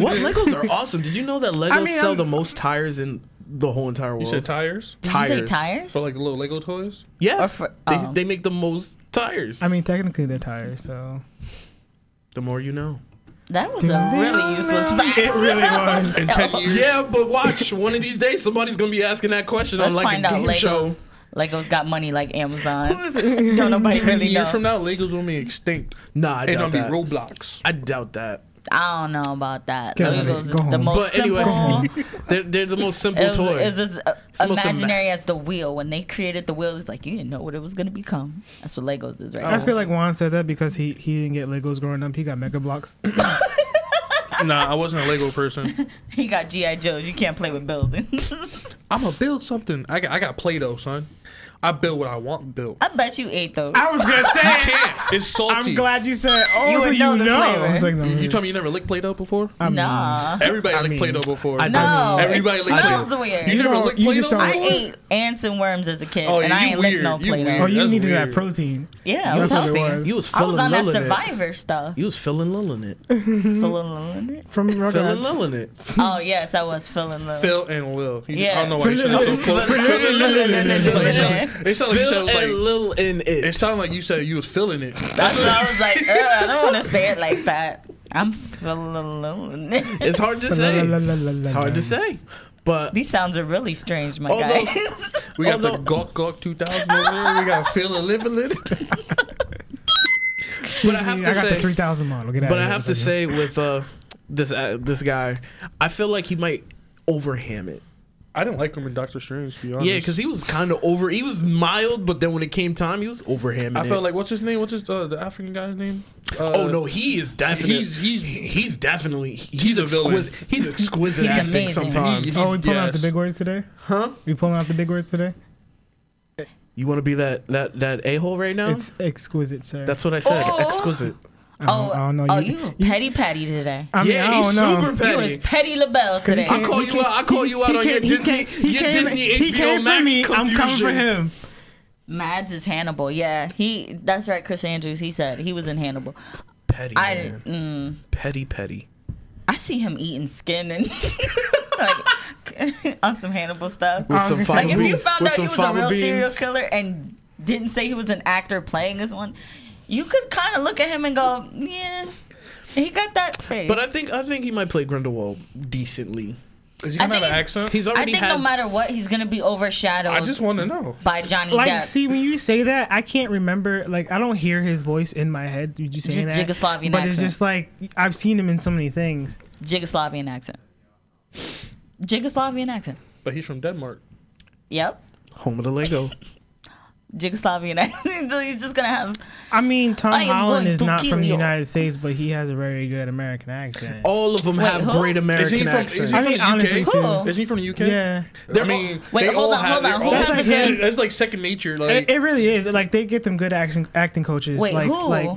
S5: What Legos are awesome. Did you know that Legos
S6: I mean,
S5: sell
S6: I'm-
S5: the most tires in the whole entire world?
S8: You said tires
S7: Did you say tires?
S8: for like little Lego toys.
S5: Yeah.
S7: Or for-
S5: they,
S7: oh.
S5: they make the most tires.
S6: I mean, technically they're tired, so
S5: the more you know.
S7: That was a really useless fact.
S6: it really was.
S8: In ten years,
S5: Yeah, but watch. One of these days, somebody's going to be asking that question
S7: Let's
S5: on like
S7: find
S5: a
S7: out
S5: game
S7: Legos.
S5: show.
S7: Legos got money like Amazon. Don't nobody
S8: ten
S7: really know.
S8: years from now, Legos will be extinct.
S5: Nah, I
S8: They're
S5: doubt
S8: gonna
S5: that.
S8: be Roblox.
S5: I doubt that.
S7: I don't know about that.
S6: Get out of
S7: Legos
S6: here.
S7: is
S6: Go
S7: the
S6: home.
S5: But
S7: most
S5: anyway,
S7: simple.
S5: they're, they're the most simple
S7: It was,
S5: toy.
S7: it was as uh,
S5: Smell some
S7: imaginary as the wheel. When they created the wheel, it was like you didn't know what it was gonna become. That's what Legos is, right?
S5: Oh.
S6: I feel like Juan said that because he he didn't get Legos growing up. He got Mega Blocks.
S8: nah, I wasn't a Lego person.
S7: he got GI Joes. You can't play with buildings.
S8: I'm gonna build something. I got, I got Play-Doh, son. I build what I want built.
S7: I bet you ate those.
S6: I was gonna say.
S8: It's salty.
S6: I'm glad you said. Oh,
S7: You
S6: so
S7: would
S6: you
S7: know the
S6: know.
S7: flavor.
S6: I was like, no,
S8: You told me you never licked Play-Doh before.
S6: I mean,
S7: nah.
S8: Everybody licked Play-Doh before.
S5: I-
S7: No,
S8: Everybody
S7: it
S8: like
S7: smells
S8: Play-Doh.
S7: weird.
S8: You never
S6: don't-
S8: licked
S6: you
S8: Play-Doh
S6: just
S8: before.
S6: don't-
S7: I ate ants and worms as a kid,
S8: Oh, yeah,
S7: and I
S8: you
S7: ain't licked no
S8: weird. You
S7: Play-Doh.
S6: Oh, you
S8: That's
S6: needed that
S8: weird.
S6: protein.
S7: Yeah, I was
S6: That's Oh, what it
S7: healthy.
S6: was.
S5: you was
S7: I
S5: feeling
S7: was on that
S5: lulling it.
S7: Survivor stuff.
S5: You was feeling lulling it.
S6: Mm-hmm.
S7: Feeling lulling it?
S6: From
S5: Feeling
S6: Rugrats.
S5: lulling it.
S8: Mm-hmm.
S7: Oh yes, I was feeling lulling.
S8: Phil and Lil. You- I
S7: Yeah.
S8: don't know why you sound so close. It sound- it
S5: Feeling
S8: sound like you sound like
S5: lil in it.
S8: it sounded like you said you was feeling it.
S7: That's why I was like, Ugh, I don't want to say it like that. I'm feeling lulling it.
S5: It's hard to say. It's hard to say. But
S7: These sounds are really strange, my
S5: Although-
S7: guys.
S8: We got the
S5: Although-
S8: Gawk Gawk 2000 over there. We got Phil and Live and Lit.
S5: but I have
S6: I
S5: to
S6: got the
S5: say
S6: 3000 model. Get out
S5: but
S6: of
S5: I
S6: here
S5: have
S6: in
S5: to
S6: a second.
S5: say with uh this uh, this guy, I feel like he might overham it.
S8: I didn't like him in Doctor Strange, to be honest.
S5: Yeah, because he was kind of over. He was mild, but then when it came time, he was overhamming.
S8: I
S5: it.
S8: felt like what's his name? What's his uh, the African guy's name? Uh,
S5: oh no, he is definitely
S8: he's-
S5: he's
S8: he's-
S5: he's, definitely he's,
S8: He's a villain.
S5: exquisite. He's exquisite
S7: He's
S5: acting
S7: amazing.
S5: sometimes.
S8: He-
S6: Oh, we pulling out the
S8: Yes.
S6: big words today?
S5: Huh?
S6: We pulling out the big words today?
S5: You want to be that that that a hole right now?
S6: It's exquisite, sir.
S5: That's what I said.
S7: Oh.
S5: Exquisite.
S6: I
S7: Oh,
S6: don't, I don't know.
S7: oh, you, petty patty today.
S6: I mean,
S5: yeah,
S6: I don't
S5: he's
S6: know.
S5: super
S7: You
S5: petty.
S7: was petty LaBelle today.
S5: I call you out. I call you out on your Disney, your Disney HBO Max
S6: I'm
S5: confusion.
S6: coming for him.
S7: Mads is Hannibal. Yeah, he. That's right, Chris Andrews. He said he was in Hannibal.
S5: Petty,
S7: I
S5: man.
S7: mm,
S5: petty, petty.
S7: I see him eating skin and like on some Hannibal stuff.
S5: With some
S6: Like,
S7: Like if you
S5: fava-
S7: found
S5: with
S7: out he
S5: some
S7: was a
S5: fava
S7: real serial
S5: beans.
S7: killer and didn't say he was an actor playing as one, you could kind of look at him and go, yeah, he got that face.
S5: But I think I think he might play Grindelwald decently.
S8: Is he
S7: I think
S8: gonna have an
S7: he's-
S8: accent?
S5: He's
S7: I
S5: already
S7: think
S5: had.
S7: no matter what, he's gonna be overshadowed
S8: I just want to know.
S7: by Johnny
S6: Like,
S7: Depp.
S6: see, when you say that, I can't remember. Like, I don't hear his voice in my head. You just saying
S7: Just
S6: that,
S7: Yugoslavian
S6: but it's
S7: accent.
S6: just like I've seen him in so many things.
S7: Jigoslavian accent. Jigoslavian accent.
S8: But he's from Denmark.
S7: Yep.
S5: Home of the Lego.
S7: Jigoslavian accent. So he's just gonna have.
S6: I mean, Tom
S7: I am going
S6: Holland is
S7: to
S6: not
S7: kill
S6: from the
S7: you.
S6: United States, but he has a very good American accent.
S5: All of them have
S7: who?
S5: great American
S8: is he from?
S5: accents.
S8: Is he
S6: I
S8: from
S6: mean,
S8: the UK?
S6: honestly, too.
S7: Cool.
S8: Isn't he from the UK?
S6: Yeah,
S8: I mean,
S7: Wait,
S8: they
S7: hold
S8: all
S7: on,
S8: have
S7: hold
S8: their
S7: on.
S8: own-
S7: Who
S6: That's
S7: has a
S6: like
S7: good?
S6: him.
S8: That's like second nature. Like
S6: it, it really is. Like they get them good action acting coaches.
S7: Wait,
S6: like,
S7: who?
S6: Like,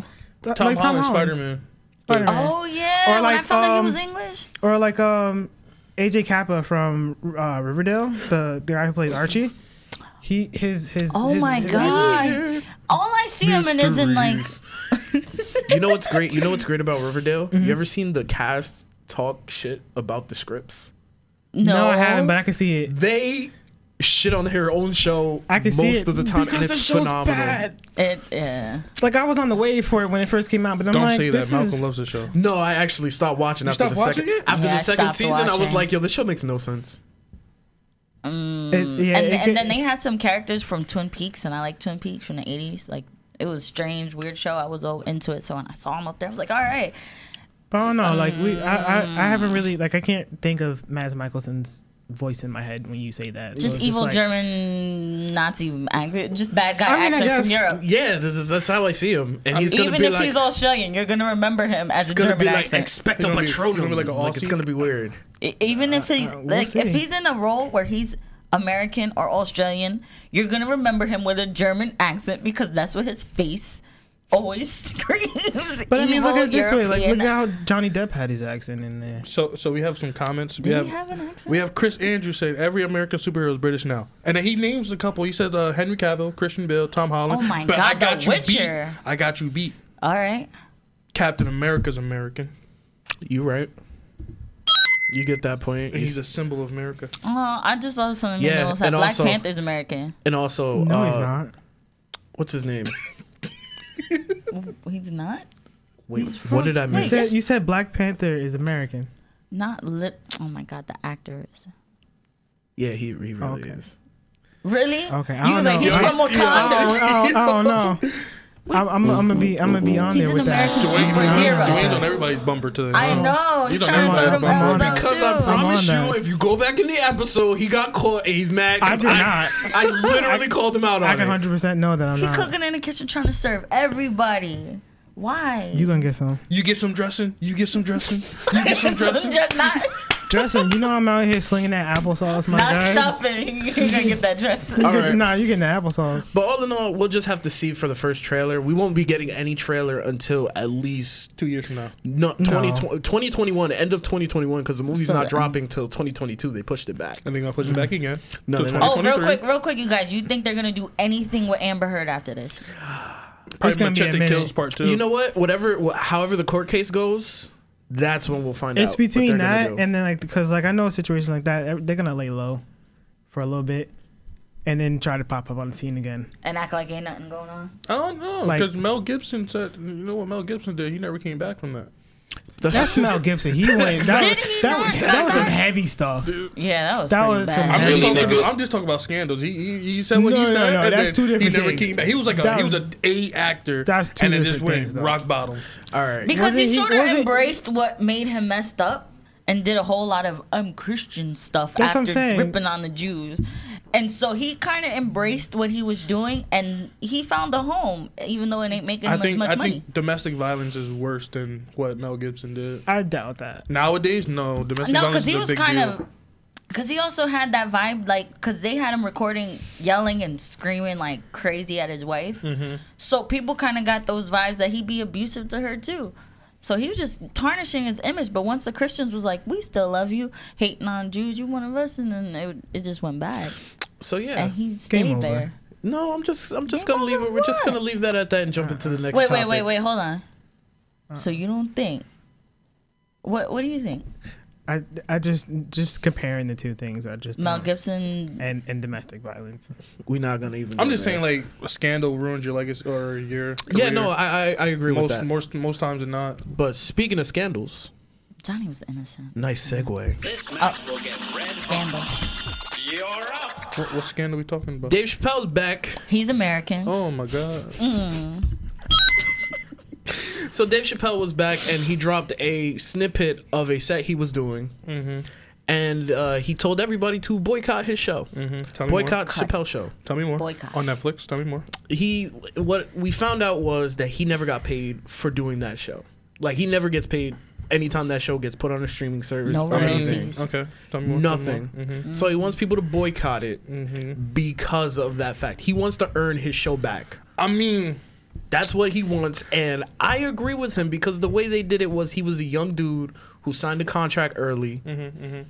S6: like
S8: Tom Holland, Spider
S6: Holland,
S8: Man.
S6: Spider-Man.
S7: Oh yeah.
S6: Or
S7: when I
S6: like,
S7: found out he was
S6: um,
S7: English.
S6: Or like um, AJ Kappa from uh, Riverdale, the, the guy who plays Archie. He his his.
S7: Oh
S6: his-
S7: my
S6: his-
S7: god! All I see him in is in like
S5: you know what's great? You know what's great about Riverdale? You ever seen the cast talk shit about the scripts?
S7: no.
S6: No, I haven't, but I can see it.
S5: They shit on their own show
S6: I can
S5: most
S6: see it
S5: of the time, and
S6: because the
S5: it's
S6: show's
S5: phenomenal.
S6: bad.
S7: it, yeah.
S6: Like I was on the wave for it when it first came out, but I'm
S8: Don't
S6: like,
S8: say that.
S6: this
S8: Malcolm
S6: is.
S8: loves the show.
S5: No, I actually stopped watching after
S8: stopped
S5: the second.
S8: watching it?
S5: After
S7: Yeah, I
S5: the second
S7: stopped
S5: season, I was
S7: watching.
S5: like, "Yo, this show makes no sense."
S6: it- yeah,
S7: and,
S6: it
S7: th- and
S6: get-
S7: then they had some characters from Twin Peaks, and I like Twin Peaks from the '80s. Like it was strange, weird show. I was all into it, so when I saw him up there, I was like, "All right,
S6: But I don't know. Like we, I, I, I haven't really like I can't think of Mads Mikkelsen's voice in my head when you say that. So
S7: just
S6: it's
S7: evil
S6: like-
S7: German Nazi, accent, just bad guy
S6: I mean, I
S7: accent from
S6: guess-
S7: Europe."
S5: Yeah, this is, that's how I see him, and he's gonna
S7: Even
S5: be
S7: if
S5: like,
S7: he's Australian, you're gonna remember him
S5: it's
S7: as a
S5: gonna
S7: German
S5: be like,
S7: accent.
S5: "Expect a
S8: It's gonna be- it's gonna
S5: patronum."
S8: be
S5: Like,
S8: like an
S5: it's
S8: Aussie.
S5: gonna be weird.
S7: E- even if he's
S6: uh, we'll
S7: like if
S6: see.
S7: he's in a role where he's American or Australian, you're gonna remember him with a German accent because that's what his face always screams.
S6: But I mean, look
S7: Evil
S6: at it this way. Like look
S7: European-
S6: at how Johnny Depp had his accent in there.
S8: So, so we have some comments. we
S7: Did
S8: have,
S7: he have an accent?
S8: we have Chris Andrews saying every American superhero is British now, and then he names a couple. He says uh, Henry Cavill, Christian Bale, Tom Holland.
S7: Oh my God, The Witcher.
S8: beat. I got you beat.
S7: All right.
S8: Captain America's American.
S5: You right? You get that point.
S8: He's a symbol of America.
S7: Oh, I just love some of
S5: Yeah,
S7: yeah, that
S5: and
S7: Black
S5: also-
S7: Panther's American.
S5: and also,
S6: No,
S5: uh,
S6: he's not.
S5: what's his name?
S7: He's not
S5: Wait,
S7: He's
S5: what
S7: from-
S5: did I
S6: You
S5: miss?
S7: Wait.
S6: said, you said Black Panther is American.
S7: not lit. Oh my God, the actor is
S5: Yeah, he, he really
S6: Okay.
S5: is.
S7: really
S6: Okay, I
S7: You
S6: don't
S7: like,
S6: know.
S7: he's
S6: I-
S7: from Wakanda.
S6: Oh, oh no. I'm, I'm, I'm gonna be I'm gonna be on
S7: He's
S6: there
S7: an
S6: with that.
S7: American
S6: I'm on
S7: superhero.
S6: that.
S8: Dwayne's on everybody's bumper today.
S7: I know.
S8: You
S7: He's
S8: don't
S7: trying to
S8: know
S7: throw
S8: that,
S7: them
S8: but I'm
S7: elbows
S8: on
S7: out
S8: it.
S5: Because
S7: too.
S5: I promise
S6: I'm on
S5: you,
S6: that.
S5: if you go back in the episode, he got caught and he's mad. 'cause
S6: I did
S5: I, I literally called him out on
S6: I can
S5: it.
S6: hundred percent know that I'm
S7: He
S6: not.
S7: cooking in the kitchen trying to serve everybody. Why?
S6: You gonna get some
S8: You get some dressing. You get some dressing. You get some dressing.
S7: Just not,
S6: dressing? You know I'm out here slinging that applesauce, my
S7: not
S6: guy.
S7: stuffing. You're gonna get that dress.
S6: You get-
S5: right.
S6: Nah, you getting the applesauce.
S5: But all in all, we'll just have to see for the first trailer. We won't be getting any trailer until at least
S8: Two years from now.
S5: no, 20, 2021, end of 2021, because the movie's
S7: So
S5: not
S7: the-
S5: dropping till 2022. They pushed it back.
S8: And they're gonna push it
S6: Mm-hmm.
S8: back again.
S5: No,
S8: to
S5: they're not.
S7: Oh, real
S8: 2023.
S7: quick, real quick, you guys. You think they're gonna do anything with Amber Heard after this?
S6: It's
S8: Probably
S6: gonna be a
S8: Machete
S6: minute.
S8: Kills Part Two.
S5: You know what? Whatever, wh- however the court case goes, that's when we'll find out.
S6: It's
S5: what they're
S6: between
S5: gonna
S6: that
S5: do.
S6: and then like because like I know a situation like that, ev- they're gonna lay low for a little bit, and then try to pop up on the scene again.
S7: And act like ain't nothing going on.
S8: I don't know
S6: Like-
S8: because Mel Gibson said, you know what Mel Gibson did? He never came back from that.
S6: That's Mel Gibson. He went. That,
S7: Did
S6: was-
S7: he
S6: that
S7: not
S6: was
S7: come
S6: that was some
S7: back?
S6: heavy stuff.
S7: Yeah, that was
S6: That
S7: pretty
S6: was
S7: bad.
S6: some-
S8: I'm
S6: Really,
S8: just, talking
S9: nigga.
S8: about, I'm just talking about scandals. He, he, he said what
S6: No,
S8: he
S6: no,
S8: said.
S6: no,
S8: and
S6: that's
S8: then
S6: two different
S8: He never
S6: things.
S8: came back. He was like a
S6: That
S8: he
S6: was-
S8: was an A actor.
S6: That's two
S8: And it just
S6: different
S8: went
S6: things, though.
S8: rock bottom.
S5: all right.
S7: because
S6: Wasn't
S7: he
S6: he-
S7: sort of
S6: wasn't-
S7: embraced what made him messed up and did a whole lot of um Christian stuff
S6: That's what I'm
S7: after
S6: saying.
S7: ripping on the Jews. And so he kind of embraced what he was doing, and he found a home, even though it ain't making
S8: I
S7: him as
S8: think
S7: much
S8: I
S7: money.
S8: think domestic violence is worse than what Mel Gibson did.
S6: I doubt that.
S8: Nowadays, no domestic
S7: No,
S8: violence
S7: because
S8: is
S7: he
S8: a
S7: was
S8: big
S7: kind
S8: deal.
S7: of, because he also had that vibe, like, because they had him recording, yelling and screaming like crazy at his wife. So people kind of got those vibes that he'd be abusive to her too. So he was just tarnishing his image. But once the Christians was like, "We still love you," hating on Jews, you one of us, and then it, it just went bad,
S5: So yeah,
S7: and he stayed
S6: over.
S7: there.
S5: no, I'm just, I'm just
S7: Game
S5: gonna leave
S7: over
S5: it. We're just
S7: what?
S5: gonna leave that at that and jump into the next.
S7: Wait, wait,
S5: topic.
S7: wait, wait, hold on. So you don't think? What What do you think?
S6: I I just just comparing the two things. I just
S7: Mel
S6: don't.
S7: Gibson?
S6: and and domestic violence.
S5: We're not gonna even.
S8: I'm
S5: do
S8: just
S5: that.
S8: saying, like a scandal ruins your legacy or your.
S5: Yeah,
S8: career.
S5: no, I, I, I agree with
S8: most
S5: that.
S8: most most times than not.
S5: But speaking of scandals,
S7: Johnny was innocent.
S5: nice segue.
S9: This match will get red.
S7: Scandal.
S9: You're up.
S8: What, what scandal we talking about?
S5: Dave Chappelle's back.
S7: He's American.
S8: Oh my god!
S5: So Dave Chappelle was back, and he dropped a snippet of a set he was doing,
S8: Mm-hmm.
S5: and uh, he told everybody to boycott his show,
S8: Mm-hmm. Tell me
S5: boycott
S7: Cut.
S5: Chappelle's show.
S8: more. Tell me more.
S7: Boycott.
S8: on Netflix. Tell me more.
S5: He, what we found out was that he never got paid for doing that show. Like he never gets paid anytime that show gets put on a streaming service.
S7: No
S5: or anything.
S7: royalties.
S8: Okay. Tell me more. tell me more.
S5: Nothing. So he wants people to boycott it because of that fact. He wants to earn his show back.
S8: I mean,
S5: That's what he wants, and I agree with him because the way they did it was he was a young dude who signed a contract early,
S8: Mm-hmm,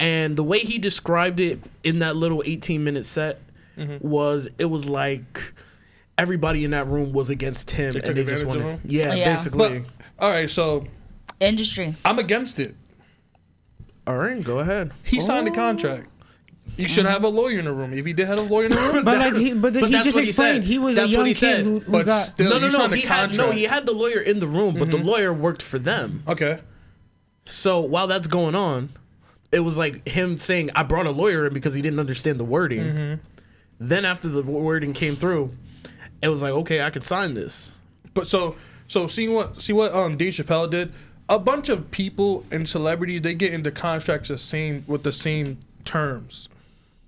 S5: and the way he described it in that little eighteen minute set,
S8: Mm-hmm.
S5: was it was like everybody in that room was against him,
S8: They
S5: and
S8: took
S5: they just
S8: advantage of
S5: wanted,
S8: him?
S5: yeah,
S7: Yeah.
S5: basically.
S8: But all right, so
S7: Industry.
S8: I'm against it.
S5: All right, go ahead.
S8: He signed the contract. You should have a lawyer in the room. If he did have a lawyer in the room,
S6: But like, he, but,
S5: But
S6: he
S5: that's
S6: just
S5: what he said.
S6: explained he was
S5: That's
S6: a
S5: what
S6: young
S5: he
S6: kid
S5: said.
S6: who, who
S8: but
S6: got.
S8: still,
S5: no, no,
S8: you
S5: no.
S8: signed a
S5: He had no.
S8: contract. Mm-hmm.
S5: He had the lawyer in the room, but the lawyer worked for them.
S8: Okay.
S5: So while that's going on, it was like him saying, "I brought a lawyer in because he didn't understand the wording."
S8: Mm-hmm.
S5: Then after the wording came through, it was like, "Okay, I can sign this."
S8: But so so see what see what um Dave Chappelle did. A bunch of people and celebrities they get into contracts the same with the same terms.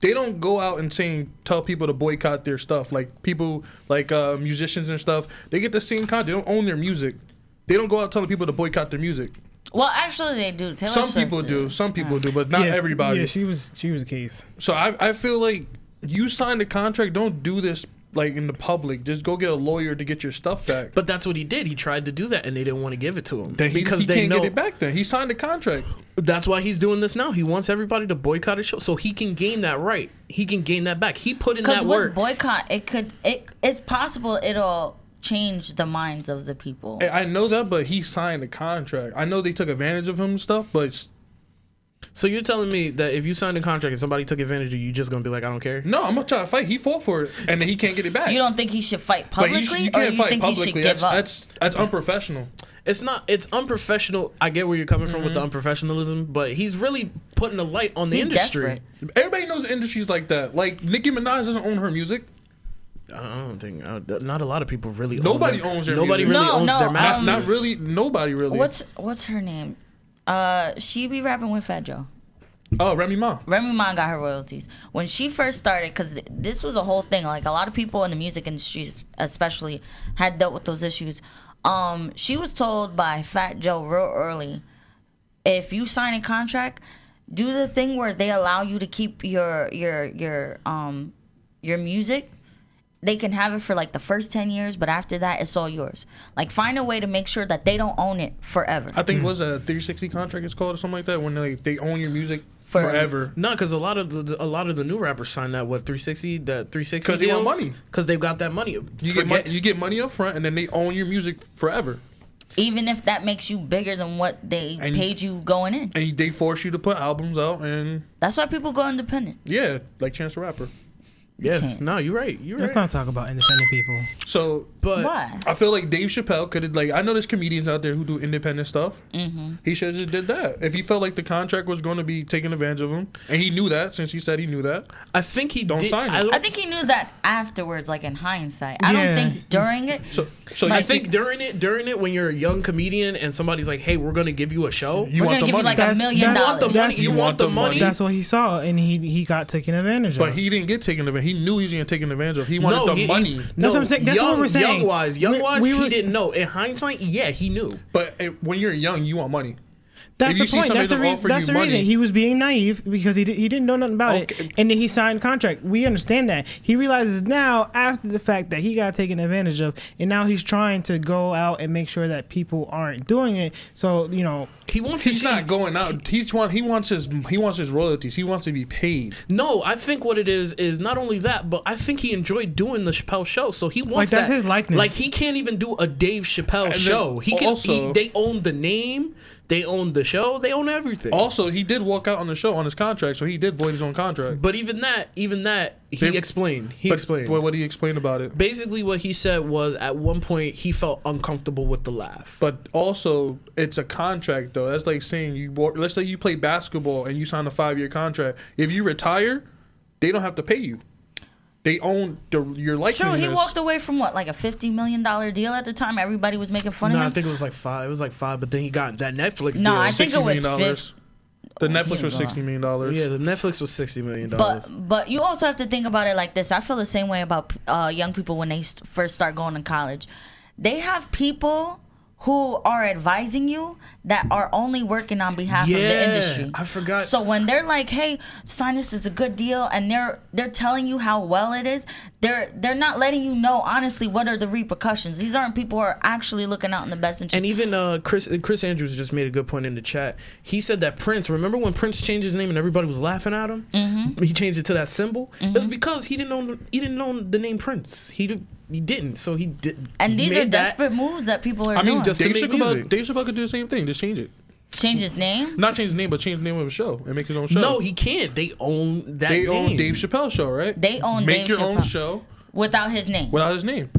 S8: They don't go out and saying tell people to boycott their stuff. Like people like uh, musicians and stuff, they get the same contract. They don't own their music. They don't go out telling people to boycott their music.
S7: Well, actually, they do. Taylor
S8: Some
S7: Swift
S8: people
S7: did.
S8: do. Some people do, but not everybody.
S6: Yeah, she was she was a case.
S8: So I, I feel like you signed a contract. Don't do this like in the public. Just go get a lawyer to get your stuff back.
S5: But that's what he did. He tried to do that, and they didn't want to give it to him
S8: Then he,
S5: because
S8: he
S5: they
S8: can't
S5: know
S8: get it back. Then he signed a contract.
S5: that's why he's doing this now. He wants everybody to boycott his show so he can gain that right. He can gain that back. He put in
S7: Because
S5: that
S7: with
S5: work.
S7: boycott, it could it it's possible it'll change the minds of the people.
S8: I I know that, but he signed a contract. I know they took advantage of him and stuff, but s-
S5: so you're telling me that if you signed a contract and somebody took advantage of you, you're just gonna be like, "I don't care."
S8: no, I'm gonna try to fight. He fought for it, and then he can't get it back.
S7: You don't think he should fight
S8: But
S7: publicly,
S8: he sh- you
S7: or
S8: can't
S7: you
S8: fight
S7: think he should
S8: publicly.
S7: give
S8: That's,
S7: up?
S8: that's that's unprofessional.
S5: it's not it's unprofessional i get where you're coming from with the unprofessionalism but he's really putting a light on the
S7: Mm-hmm. He's
S5: industry
S7: desperate.
S8: Everybody knows industries like that. Like Nicki Minaj doesn't own her music.
S5: i don't think uh, not a lot of people really
S8: Nobody
S5: own their,
S8: owns their
S5: nobody
S8: music.
S5: really
S7: No,
S5: owns
S7: no,
S5: their
S7: um,
S5: masters
S8: That's not really nobody really.
S7: What's what's her name? Uh, she be rapping with Fat Joe.
S8: oh Remy Ma?
S7: Remy Ma got her royalties when she first started, because th- this was a whole thing. Like a lot of people in the music industry, s- especially, had dealt with those issues. Um, she was told by Fat Joe real early, if you sign a contract, do the thing where they allow you to keep your your your um your music. They can have it for like the first ten years, but after that, it's all yours. Like find a way to make sure that they don't own it forever.
S8: I think was a 360 contract is called or something like that when they they own your music
S7: Forever.
S8: forever.
S5: no because a lot of the, the- a lot of the new rappers signed that what 360 that 360
S8: 'Cause they want money.
S5: because they've got that money
S8: You get money, you get money up front and then they own your music forever.
S7: Even if that makes you bigger than what they
S8: And-
S7: paid you going in.
S8: And they force you to put albums out and
S7: That's why people go independent.
S8: yeah, like Chance the Rapper.
S5: yeah
S7: Ten.
S5: no you're right you're
S6: Let's
S5: right
S6: not talk about independent people.
S8: So
S5: but
S7: Why?
S8: I feel like Dave Chappelle could have like I know there's comedians out there who do independent stuff.
S5: Mm-hmm.
S8: He should have just did that if he felt like the contract was going to be taken advantage of him, and he knew that since he said he knew that.
S5: i think he
S8: Don't
S5: did,
S8: sign it.
S5: I, don't-
S7: I think he knew that afterwards, like in hindsight. I
S6: Yeah.
S7: don't think during it.
S8: So so
S7: Like,
S5: I think during it during it when you're a young comedian and somebody's like hey we're gonna give you a show
S8: you, you
S7: we're
S8: want
S7: gonna give
S8: the
S7: you
S8: money,
S7: like a
S6: That's-
S7: million
S6: that's-
S7: dollars.
S6: that's-
S5: you want the money
S6: That's what he saw, and he he got taken advantage of.
S8: but he didn't get taken advantage. He knew he was getting taken advantage of. He wanted the
S5: he- he-
S8: money.
S6: That's what I'm saying. That's what
S5: young-
S6: we're saying.
S5: Young wise, young
S6: We-
S5: wise,
S6: we were-
S5: he didn't know. In hindsight, yeah, he knew.
S8: But eh, when you're young, you want money.
S6: that's
S8: if
S6: the
S8: you see
S6: point.
S8: somebody
S6: That's the,
S8: that
S6: reason,
S8: offered
S6: that's
S8: you
S6: the reason.
S8: money-
S6: He was being naive because he, did, he didn't know nothing about
S8: Okay.
S6: it. And then he signed contract. We understand that. He realizes now after the fact that he got taken advantage of. And now he's trying to go out and make sure that people aren't doing it. So, you know,
S5: He wants
S8: He's
S5: to
S8: not going out. He's want he wants his he wants his royalties. He wants to be paid.
S5: No, I think what it is is not only that, but I think he enjoyed doing the Chappelle show, so he wants
S6: Like, that's
S5: that.
S6: his likeness.
S5: Like he can't even do a Dave Chappelle
S8: then
S5: show. He can.
S8: also-
S5: he, they own the name, they own the show, they own everything.
S8: Also, he did walk out on the show on his contract, so he did void his own contract.
S5: but even that, even that, he
S8: They-
S5: explained. He
S8: But
S5: explained.
S8: What, what do you explain about it?
S5: Basically, what he said was at one point he felt uncomfortable with the laugh.
S8: But also, it's a contract though. That's like saying you wa- let's say you play basketball and you sign a five year contract. If you retire, they don't have to pay you. They own the, your
S7: True,
S8: likeness.
S7: he walked away from what, like a fifty million dollar deal at the time. Everybody was making fun
S5: No, I
S7: of him.
S5: think it was like five. It was like five, but then he got that Netflix
S7: No,
S5: deal.
S7: I think it was
S8: dollars.
S7: fifty.
S8: The
S7: Oh,
S8: Netflix
S7: he
S8: was
S7: was
S8: sixty million dollars.
S5: Yeah, the Netflix was sixty million dollars.
S7: But but you also have to think about it like this. I feel the same way about uh, young people when they st- first start going to college. They have people who are advising you that are only working on behalf of the
S5: Yeah,
S7: industry.
S5: I forgot.
S7: So when they're like, "Hey, sign this is a good deal," and they're they're telling you how well it is, they're they're not letting you know honestly what are the repercussions. These aren't people who are actually looking out in the best interest.
S5: And even uh, Chris Chris Andrews just made a good point in the chat. He said that Prince. Remember when Prince changed his name and everybody was laughing at him? Mm-hmm. He changed it to that symbol. It was because he didn't know he didn't know the name Prince. He did, he didn't. So he did. he
S7: and these are
S5: made that-
S7: desperate moves that people are
S8: I mean,
S7: doing.
S5: just- to
S8: Dave
S5: make
S8: Chappelle,
S5: music.
S8: Dave Chappelle could do the same thing. Just change it.
S7: Change his name.
S8: Not change the name, but change the name of a show and make his own show.
S5: No, he can't. They own that.
S8: they own
S5: name.
S8: Dave Chappelle show, right?
S7: They own
S8: make
S7: Dave
S8: your own
S7: Chappelle.
S8: show
S7: Without his name,
S8: without his name.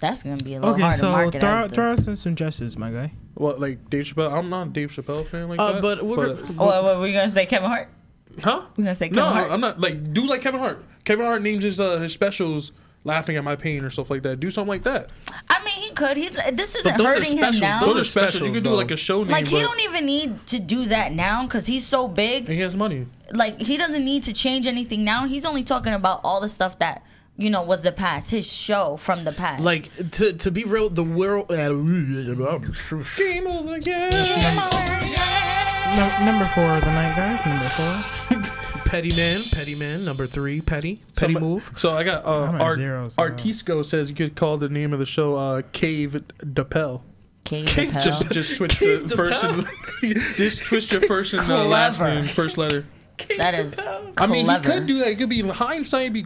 S7: that's gonna be a little
S6: Okay,
S7: hard to
S6: so
S7: market.
S6: throw
S7: as
S6: out,
S7: the-
S6: throw out some suggestions, my guy.
S8: Well, like Dave Chappelle, I'm not a Dave Chappelle fan like
S5: Uh,
S8: that.
S5: but we're-
S7: Oh, what, what were you gonna say, Kevin Hart?
S8: huh?
S7: We're gonna say Kevin
S8: no,
S7: Hart.
S8: I'm not. Like, do like Kevin Hart. Kevin Hart names his uh, his specials "Laughing at My Pain" or stuff like that. Do something like that.
S7: I mean, he could. He's this isn't
S5: But those are
S7: hurting him
S5: specials.
S7: now.
S8: Those
S5: Those
S8: are
S5: are
S8: specials. You
S5: specials,
S8: could do
S5: though.
S8: like a show name.
S7: Like he
S8: but-
S7: don't e- even need to do that now because he's so big.
S8: And he has money.
S7: Like he doesn't need to change anything now. He's only talking about all the stuff that you know was the past, his show from the past.
S5: Like to to be real, the world. uh,
S8: Game over, yeah.
S6: Num- number four of the night, guys. Number four.
S5: petty man, petty man, number three, petty, petty move.
S8: So I got uh,
S6: I'm at
S8: Art-
S6: zero, so-
S8: Artisco says you could call the name of the show uh, "Cave Depel."
S7: Cave Cave
S8: Just just switch
S5: Cave
S8: the first and just switch your first and uh, last
S7: Clever.
S8: name, first letter.
S7: that is
S8: I mean,
S7: clever.
S8: he could do that. It could be hindsight. Be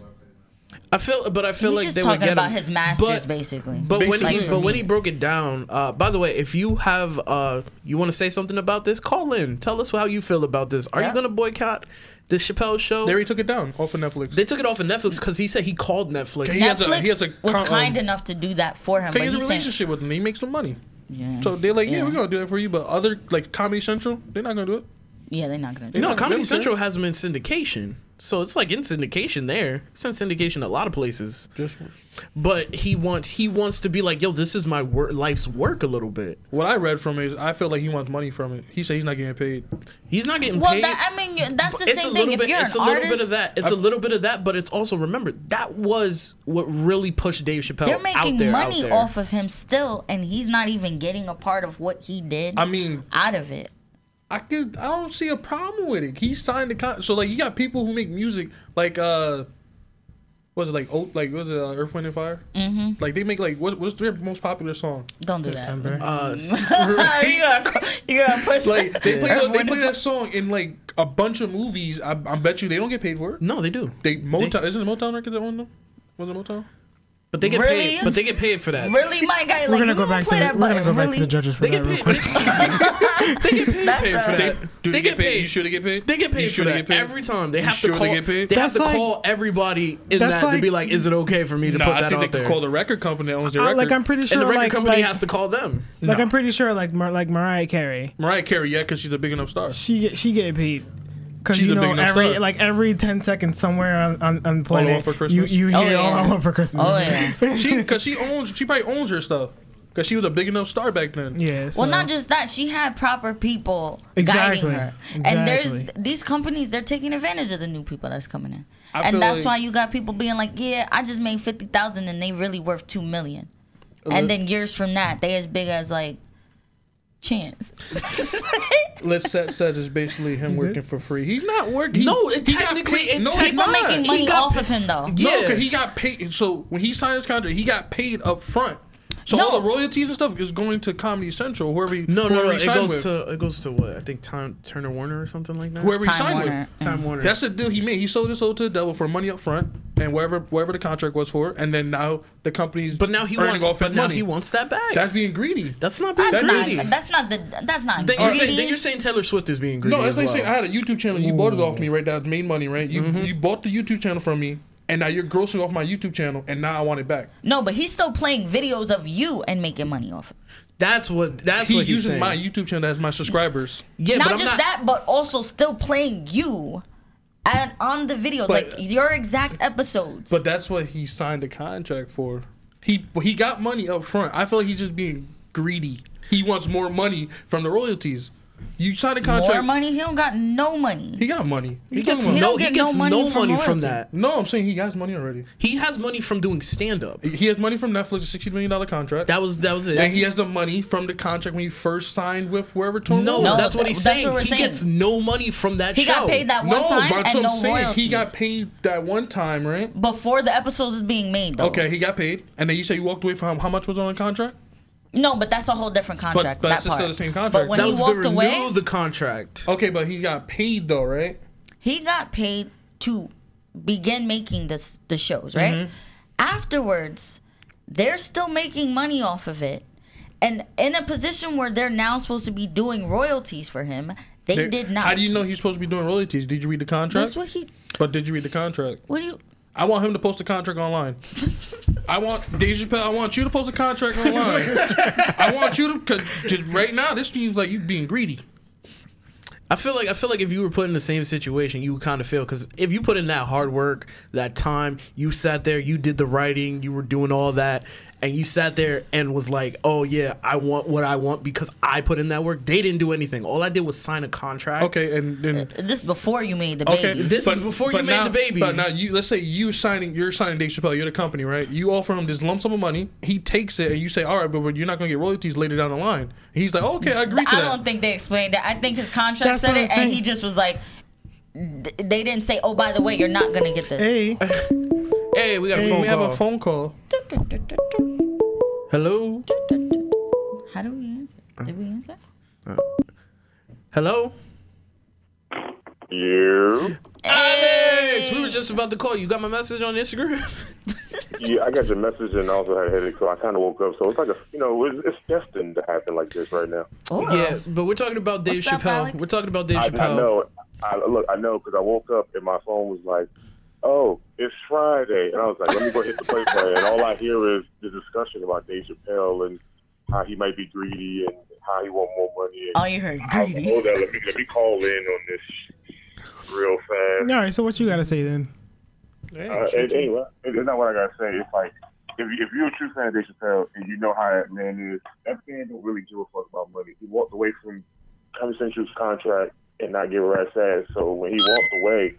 S5: I feel, but I feel
S7: He's
S5: like
S7: just
S5: they would
S7: talking
S5: get
S7: about
S5: him.
S7: his masters,
S5: But-
S7: basically.
S5: But when
S7: Basically.
S5: he, but when he broke it down, uh, by the way, if you have uh, you want to say something about this, call in. Tell us how you feel about this. Are
S7: Yeah.
S5: you gonna boycott the Chappelle show?
S8: they already took it down off of Netflix.
S5: they took it off of Netflix because he said he called Netflix.
S8: He has a-
S7: Netflix
S8: he has a
S7: was
S8: con-
S7: kind
S8: um,
S7: enough to do that for him.
S8: Cause
S7: But
S8: he has a
S7: he's saying,
S8: relationship with him. He makes some money.
S7: yeah,
S8: So they're like, yeah,
S7: Yeah.
S8: we're gonna do that for you, but other like Comedy Central, they're not gonna do it.
S7: yeah, they're not gonna do
S5: No,
S8: Yeah,
S5: Comedy
S8: Netflix.
S5: Central has him in syndication, so it's like in syndication there. It's in syndication a lot of places.
S8: Just
S5: But he wants he wants to be like, yo, this is my wor- life's work a little bit.
S8: what I read from it is, I feel like he wants money from it. He said he's not getting paid.
S5: He's not getting
S7: Well,
S5: paid.
S7: that, I mean, you- that's the
S5: it's a
S7: same thing.
S5: little
S7: If
S5: bit.
S7: you're
S5: It's a
S7: an
S5: little
S7: artist,
S5: bit of that. It's a little bit of that, but it's also remember that was what really pushed Dave Chappelle
S7: they're making
S5: out there. out
S7: money
S5: there.
S7: off of him still, and he's not even getting a part of what he did.
S8: I mean,
S7: out of it.
S8: I could, I don't see a problem with it. He signed the con, so like you got people who make music like uh, was it like oat like was it uh, Earth Wind and Fire? Mm-hmm. Like they make like what, what's their most popular song?
S7: Don't do that.
S6: Remember?
S5: Uh,
S7: you gotta, you gotta push.
S8: Like they play that, they
S7: Everyone-
S8: play that song in like a bunch of movies. I, I bet you they don't get paid for it.
S5: no, they do,
S8: They Motown isn't it Motown record that owned them? Was it Motown?
S5: but they get
S7: Really?
S5: paid. But they get paid for that.
S7: Really, my guy. Like,
S6: we're gonna
S7: you
S6: go
S7: gonna
S6: back to
S7: play
S6: the,
S7: that
S6: we're gonna go
S7: button,
S6: back
S7: really?
S6: to the judges for
S5: They
S6: that
S5: get
S6: real
S5: paid.
S6: quick.
S5: they get paid,
S7: That's
S5: paid for
S7: a-
S5: that.
S8: Do they, get paid? You sure
S5: They
S8: they get paid?
S5: get paid
S8: you
S5: for
S8: sure
S5: that every time. They
S8: You
S5: have
S8: sure
S5: to
S8: they
S5: call.
S8: get paid?
S5: They
S6: That's
S5: have to
S6: like-
S5: call everybody in that
S6: that's
S5: to
S6: like-
S5: be like, "Is it okay for me to
S8: Nah,
S5: put
S8: I
S5: that
S8: think they
S5: out
S8: could
S5: there?"
S8: call the record company that owns their
S6: I-
S8: record.
S6: Uh, like I'm pretty sure,
S5: and the record
S6: like,
S5: company
S6: like,
S5: has to call them.
S6: like
S8: No.
S6: I'm pretty sure, like Mar- like Mariah Carey,
S8: Mariah Carey, yeah, because she's a big enough star.
S6: she get- she get paid because
S8: She's
S6: you
S8: a big
S6: know
S8: enough
S6: every
S8: star.
S6: like every ten seconds somewhere on on, on planet
S8: Want for
S6: you
S8: Christmas?
S6: you hear
S7: Oh,
S6: all I
S7: yeah.
S6: want for Christmas.
S7: Oh yeah.
S8: She because she owns she probably owns her stuff because she was a big enough star back then.
S6: yeah. So.
S7: Well, not just that. She had proper people
S6: Exactly.
S7: guiding her, and there's
S6: Exactly.
S7: these companies. They're taking advantage of the new people that's coming in,
S8: I feel
S7: and that's
S8: like-
S7: why you got people being like, "Yeah, I just made fifty thousand, and they really worth two million. And then years from that, they as big as like Chance.
S8: Let's set says it's basically him working for free. He's not working.
S5: No, it technically- it
S7: People
S5: Nah,
S7: making
S5: he
S7: money
S5: got
S7: off
S5: pa-
S7: of him though.
S5: Yeah.
S8: No, because he got paid. So when he signed his contract, he got paid up front. So all
S7: No.
S8: the royalties and stuff is going to Comedy Central, whoever he
S5: No, no,
S8: whoever
S5: no.
S8: he
S5: It
S8: signed
S5: goes
S8: with.
S5: to it goes to what I think Time Turner Warner or something like that.
S8: whoever he
S7: Time
S8: signed
S7: Warner. Mm.
S8: with.
S5: Time Warner.
S8: That's the deal he made. He sold his soul to the devil for money up front and wherever wherever the contract was for, and then now the company's
S5: but now he
S8: earning
S5: wants.
S8: off
S5: But
S8: his
S5: now
S8: money.
S5: he wants that back.
S8: That's
S5: That's,
S8: being greedy.
S5: not being
S7: That's
S5: greedy.
S7: not. That's not the. That's not
S5: Then you're,
S7: greedy.
S5: saying, then you're saying Taylor Swift is being greedy.
S8: No, that's
S5: as
S8: like
S5: well.
S8: saying I had a YouTube channel. You bought it off me, right? That made money, right? You
S5: Mm-hmm.
S8: you bought the YouTube channel from me, and now you're grossing off my YouTube channel, and now I want it back.
S7: no, but he's still playing videos of you and making money off it.
S5: That's what. That's
S8: He
S5: what he's
S8: using
S5: saying.
S8: my YouTube channel as my subscribers.
S5: yeah,
S7: not
S5: but I'm
S7: just
S5: not,
S7: that, but also still playing you, and on the videos, like
S8: But-
S7: your exact episodes.
S8: But that's what he signed a contract for. He he got money up front. I feel like he's just being greedy. He wants more money from the royalties. You signed a
S7: More
S8: contract.
S7: money? He don't got no money.
S8: He got money.
S5: He
S8: You
S5: gets
S8: talking about-
S5: no.
S7: don't
S5: He
S7: get
S5: gets
S7: no money
S5: no
S7: from
S5: money from
S7: royalties.
S5: that.
S8: No, I'm saying he has money already.
S5: He has money from doing stand up.
S8: He has money from Netflix, a sixty million dollar contract.
S5: That was that was it.
S8: and he has the money from the contract when he first signed with whoever Tony.
S5: no,
S7: No,
S5: that's what
S7: that-
S5: he's
S7: that's
S5: saying.
S7: what we're
S5: he
S7: saying.
S5: gets no money from that
S7: He
S5: show.
S7: got paid that one
S8: no,
S7: time
S8: but
S7: and no royalties.
S8: he got paid that one time, right?
S7: before the episode was being made, though.
S8: Okay, he got paid, and then you say you walked away from how much was on the contract?
S7: No, but that's a whole different contract.
S8: but
S7: that
S8: it's still
S7: part.
S8: the same contract.
S7: But when
S8: That
S7: he
S5: was to
S7: walked
S5: renew
S7: away,
S5: the contract.
S8: Okay, but he got paid though, right?
S7: he got paid to begin making this the shows, right?
S8: Mm-hmm.
S7: Afterwards, they're still making money off of it. And in a position where they're now supposed to be doing royalties for him, they
S8: They-
S7: did not.
S8: How do you know he's supposed to be doing royalties? Did you read the contract?
S7: That's what he.
S8: but did you read the contract?
S7: What do you?
S8: I want him to post a contract online. I want DJ Chappelle. I want you to post a contract online. I want you to. Cause just right now, this seems like you being greedy.
S5: I feel like I feel like if you were put in the same situation, you would kind of feel because if you put in that hard work, that time, you sat there, you did the writing, you were doing all that, and you sat there and was like, "Oh yeah, I want what I want because I put in that work." They didn't do anything. All I did was sign a contract.
S8: Okay, and then
S7: This is before you made the
S8: Okay,
S7: baby.
S5: This is before you made
S8: now-
S5: the baby.
S8: But now you, let's say you signing, you're signing Dave Chappelle. You're the company, right? You offer him this lump sum of money. He takes it, and you say, "All right, but we're- you're not going to get royalties later down the line." He's like, "Okay, I agree to
S7: I
S8: that."
S7: don't think they explained that. I think his contract
S6: That's
S7: said
S6: what I'm
S7: it, and
S6: saying.
S7: he just was like, th- they didn't say, "Oh, by the way, you're not gonna get this."
S6: Hey,
S5: Hey, we got a phone
S8: we
S5: call.
S8: have a phone call.
S5: Hello,
S7: How do we answer? Did we answer?
S5: hello.
S10: You?
S5: Yes, we were just about to call. You got my message on Instagram.
S10: Yeah, I got your message and I also had a headache, so I kind of woke up. So it's like a, you know, it's, it's destined to happen like this right now.
S7: Oh.
S5: yeah, Uh, but we're talking about Dave
S7: What's up,
S5: Chappelle.
S7: Alex?
S5: we're talking about Dave
S10: I,
S5: Chappelle.
S10: I know. I, look, I know because I woke up and my phone was like, "Oh, it's Friday," and I was like, "Let me go hit the play button." And all I hear is the discussion about Dave Chappelle and how he might be greedy and how he want more money. And
S7: All you heard,
S10: I was like,
S7: greedy.
S10: Hold on, let me let me call in on this sh- real fast.
S6: all right. So what you gotta say then?
S10: Uh, and anyway, it- it's not what I gotta say. It's like if, you- if you're a true fan of Dave Chappelle and you know how that man is, that man don't really give a fuck about money. He walked away from Comedy Central's contract and not give a rat's ass. So when he walked away,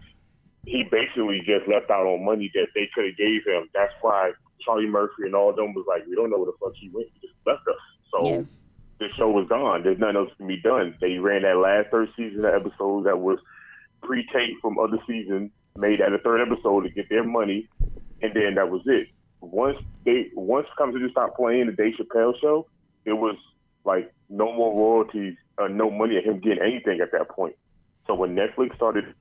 S10: he basically just left out on money that they could have gave him. That's why Charlie Murphy and all them was like, we don't know where the fuck he went. He just left us. So.
S7: Yeah.
S10: The show was gone. There's nothing else to be done. They ran that last third season of episode that was pre-tape from other seasons, made at a third episode to get their money, and then that was it. Once they once Comedy Central stopped playing the Dave Chappelle show, it was like no more royalties, uh, no money of him getting anything at that point. So when Netflix started,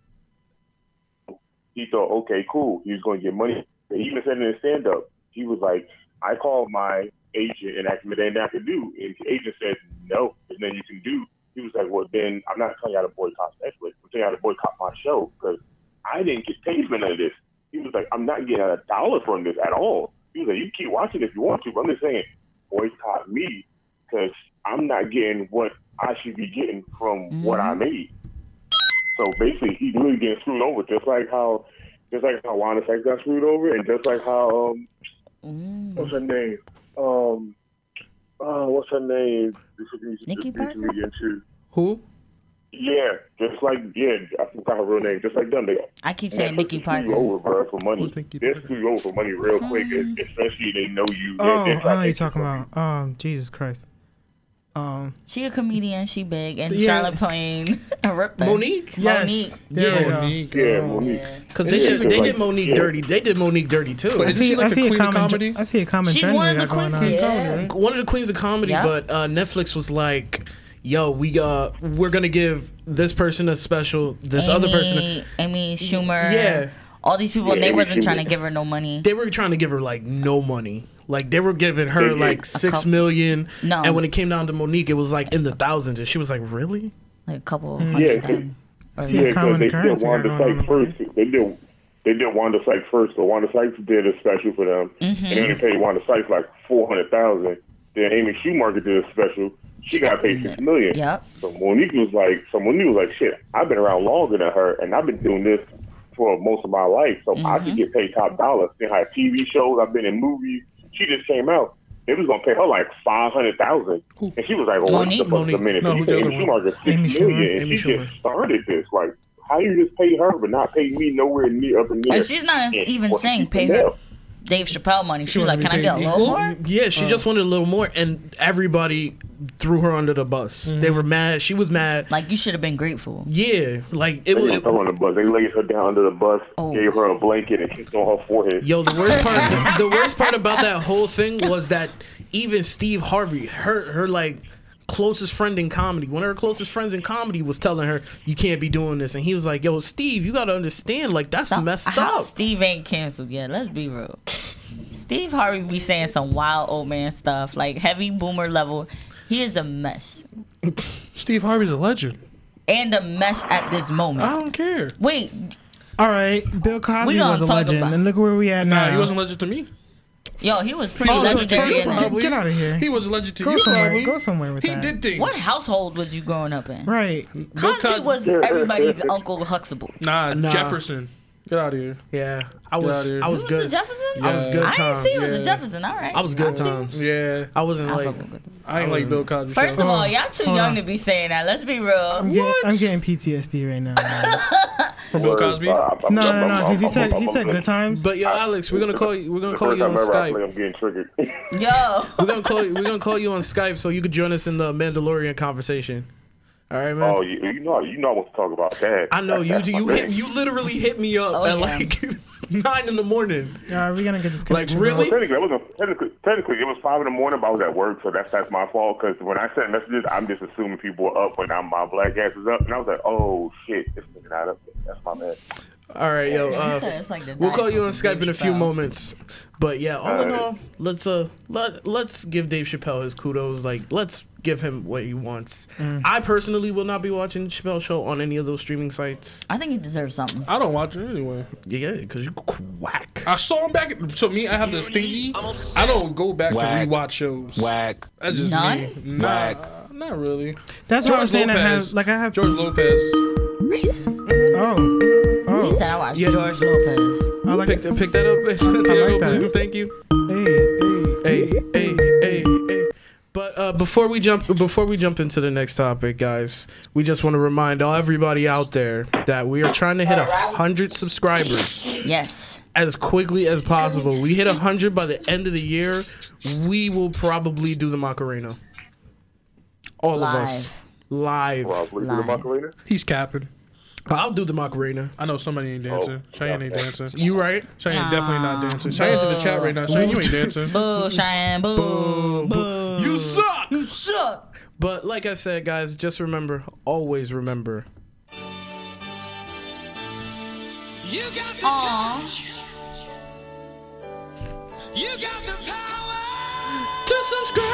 S10: he thought, okay, cool, he was going to get money. He even said in his stand-up, he was like, I called my agent and asked him if there's anything I could do, and the agent said, no, there's nothing you can do. He was like, well, then I'm not telling y'all to boycott Netflix. I'm telling y'all to boycott my show because I didn't get paid for none of this. He was like, I'm not getting a dollar from this at all. He was like, you keep watching if you want to, but I'm just saying, boycott me because I'm not getting what I should be getting from what
S7: Mm-hmm.
S10: I made. So basically, he's really getting screwed over, just like how, just like how Wanda Sykes got screwed over, and just like how um,
S7: Mm.
S10: what's her name? Um, uh, what's her name? This should be
S7: Nikki
S10: this should be
S7: Parker?
S10: into-
S8: Who?
S10: Yeah, just like yeah, I forgot her real name. Just like them, they
S7: I keep
S10: Man,
S7: saying Nikki
S10: they screw you
S7: Parker.
S10: over, bro, for money.
S8: Who's Nikki
S10: They
S8: Parker?
S10: screw you over for money real quick, especially they know you.
S6: Oh,
S10: They're-
S6: I
S10: they're
S6: know what
S10: trying to
S6: you're
S10: get you
S6: talking
S10: from
S6: about. Um, Jesus Christ. Um,
S7: She a comedian. She big and
S6: Yeah.
S7: Charlotte Plain. I ripped her.
S5: Monique?
S6: yes.
S7: Monique.
S6: There we
S5: Yeah.
S6: go.
S8: Monique.
S10: Yeah,
S8: oh.
S10: Monique.
S5: Because they
S10: Yeah,
S5: did, they
S10: like-
S5: did Monique
S10: yeah.
S5: dirty. They did Monique dirty too.
S8: But
S6: I
S8: isn't
S6: see,
S8: she like
S6: I
S8: a
S6: see a
S8: queen of
S6: common.
S8: comedy?
S6: I see a common
S7: She's
S6: trend
S7: one
S6: we
S7: of the
S6: got going
S7: queens.
S6: on.
S7: Yeah.
S5: one of the queens of comedy,
S7: Yeah.
S5: but uh, Netflix was like, "Yo, we uh, we're gonna give this person a special, this other person." A-.
S7: Amy, Amy Schumer.
S5: Yeah.
S7: All these people,
S10: Yeah,
S7: they
S10: Amy
S7: wasn't trying to
S10: Schumer.
S7: give her no money.
S5: They were trying to give her like no money. Like they were giving her like six
S7: couple-
S5: million,
S7: No.
S5: and when it came down to Monique, it was like in the thousands, and she was like, "Really?"
S7: Like a couple hundred.
S10: Yeah,
S7: and-
S6: I see
S10: Yeah,
S6: a
S10: because
S6: common
S10: they
S6: occurrence
S10: did
S6: we got
S10: Wanda
S6: going
S10: Sykes
S6: on.
S10: first. They did they did Wanda Sykes first, so Wanda Sykes did a special for them, and they only paid Wanda Sykes like four hundred thousand. Then Amy Schumacher did a special. She got paid six million.
S7: Yep.
S10: So Monique was like, so Monique was like, shit, I've been around longer than her, and I've been doing this for most of my life, so I could get paid top dollar. Been had TV shows, I've been in movies. She just came out. They was gonna pay her like five hundred thousand, and she was like, "Well, wait the
S5: Monique?
S10: fuck a minute."
S5: No,
S10: No,
S5: who's the
S10: Amy
S5: other one?
S10: Schumacher, six
S5: Amy
S10: million,
S5: Schumer.
S10: and
S5: Amy
S10: she just started this. Like, how you just pay her but not pay me nowhere near up in near?
S7: And she's not
S10: Yeah.
S7: even
S10: Well,
S7: saying
S10: she's
S7: pay
S10: the
S7: her
S10: hell.
S7: Dave Chappelle money. She, was like, "Can I get a little more?"
S5: Yeah, she just wanted a little more, and everybody threw her under the bus. They were mad. She was mad.
S7: Like you should have been grateful.
S5: Yeah, like
S10: They
S5: it was.
S10: didn't come on the bus. They laid her down under the bus,
S7: Oh.
S10: gave her a blanket, and kissed on her forehead.
S5: Yo, the worst part, the worst part about that whole thing was that even Steve Harvey, her, her like closest friend in comedy, one of her closest friends in comedy, was telling her, "You can't be doing this," and he was like, "Yo, Steve, you gotta understand, like that's
S7: Stop-
S5: messed
S7: How
S5: up."
S7: Steve ain't canceled yet. Let's be real. Steve Harvey be saying some wild old man stuff, like heavy boomer level. He is a mess.
S8: Steve Harvey's a legend.
S7: And a mess at this moment.
S8: I don't care.
S7: Wait,
S6: All right, Bill Cosby
S7: gonna
S6: was a
S7: talk
S6: legend,
S7: about-
S6: and look where we at now.
S8: Nah, he wasn't legend to me.
S7: yo, he was pretty
S8: Oh, so
S7: legendary.
S8: Charles
S7: in
S8: Bronson.
S7: that.
S8: probably-
S6: Get out of here.
S8: He was a legend to
S6: go
S8: you.
S6: somewhere.
S8: probably.
S6: Go somewhere with
S8: He
S6: that.
S8: did things.
S7: What household was you growing up in?
S6: Right.
S8: Bill
S7: Cosby
S8: Cos-
S7: was everybody's Uncle Huxtable.
S8: Nah,
S5: Nah.
S8: Jefferson. Get out of here.
S5: yeah, I
S8: out
S5: was,
S8: of here.
S5: I was
S7: Was it the
S5: good.
S7: Jeffersons?
S5: I was good
S7: I didn't
S5: times.
S7: see it was
S8: Yeah.
S7: the Jefferson. All right.
S5: I was good times.
S8: Yeah,
S5: I wasn't
S7: I
S5: like.
S7: fuck with it.
S8: I ain't like Bill Cosby.
S7: First of
S8: show.
S7: all, y'all too
S6: hold
S7: young
S6: on.
S7: to be saying that. Let's be real.
S6: I'm getting, I'm getting PTSD right now. man.
S8: from Bill Cosby.
S6: no, no, no, because he said he said good times.
S5: But yo, Alex, we're gonna call you. We're gonna call you on Skype.
S10: I'm getting triggered.
S7: Yo,
S5: We're gonna call you. We're gonna call you on Skype so you could join us in the Mandalorian conversation. All right, man.
S10: oh, you, you know, you know what to talk about that.
S5: I know you.
S10: That's my
S5: You
S10: thing.
S5: hit, you literally hit me up
S7: Oh,
S5: at
S7: yeah.
S5: like nine in the morning.
S6: All right, we're gonna get this
S5: Like,
S6: connection
S5: really?
S6: going.
S10: Technically, I wasn't, technically, technically, it was five in the morning, but I was at work, so that's that's my fault. Because when I sent messages, I'm just assuming people are up when I'm, my black ass is up, and I was like, oh shit, this nigga not up. That's my man.
S5: All right, yo.
S7: You
S5: Uh,
S7: said it's like the
S5: we'll
S7: night
S5: call you on
S7: before
S5: Skype in a few
S7: Chappelle.
S5: moments. But yeah, all in
S10: Alright.
S5: all, let's uh let let's give Dave Chappelle his kudos. Like, let's give him what he wants. I personally will not be watching Chappelle show on any of those streaming sites.
S7: I think he deserves something.
S8: I don't watch it anyway.
S5: Yeah, because you quack.
S8: I saw him back. So me, I have this thingy. I don't go back
S9: Whack.
S8: to rewatch shows.
S9: Whack.
S8: That's just me.
S7: None?
S8: Nah, not really.
S6: That's what
S8: George
S6: I'm saying. I have
S8: Lopez.
S6: like I have.
S8: George Lopez.
S7: Racist.
S6: Oh,
S7: He
S6: oh.
S7: said I watched
S5: Yeah.
S7: George Lopez.
S6: I like.
S5: Pick, pick that up, Santiago,
S6: that.
S5: please. and Thank you.
S6: Hey, hey,
S5: Hey, hey, hey, hey. But uh, before we jump before we jump into the next topic, guys, we just want to remind all everybody out there that we are trying to hit a hundred subscribers
S7: Yes.
S5: as quickly as possible. We hit a hundred by the end of the year. We will probably do the Macarena. All of us. Live.
S10: Probably to Oh, the
S7: Lying.
S10: Macarena.
S8: He's capping.
S5: I'll do the Macarena.
S8: I know somebody ain't dancing. Cheyenne ain't dancing.
S5: You right?
S8: Cheyenne definitely not dancing. Cheyenne to the chat right now. Cheyenne, you ain't dancing.
S7: Boo, Cheyenne. Boo. Boo.
S5: You suck.
S7: You suck.
S5: But like I said, guys, just remember, always remember.
S7: Aw.
S5: To subscribe.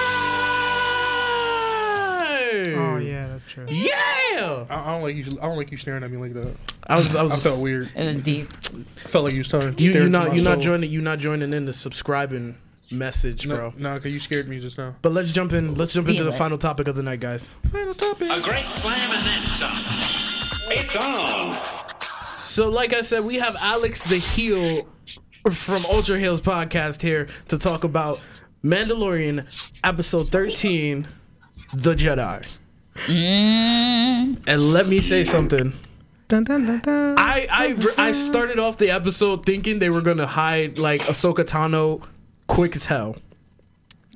S6: Oh yeah, that's true.
S5: Yeah.
S8: I, I don't like you. I don't like you staring at me like that.
S5: I was. I was.
S8: I felt weird.
S7: It was deep.
S8: I felt like you was trying.
S5: you,
S8: staring
S5: you're
S8: to
S5: not.
S8: my
S5: You're not
S8: soul.
S5: joining. You're not joining in the subscribing message,
S8: No,
S5: bro.
S8: no, cause you scared me just now.
S5: But let's jump in. Let's jump into
S7: Feel
S5: the
S7: it.
S5: final topic of the night, guys.
S8: Final topic.
S9: A great slam and then some. It's on.
S5: So, like I said, we have Alex the Heel from Ultra Heels podcast here to talk about Mandalorian episode 13, The Jedi. And let me say something.
S6: Dun, dun, dun, dun.
S5: I I I started off the episode thinking they were gonna hide like Ahsoka Tano quick as hell.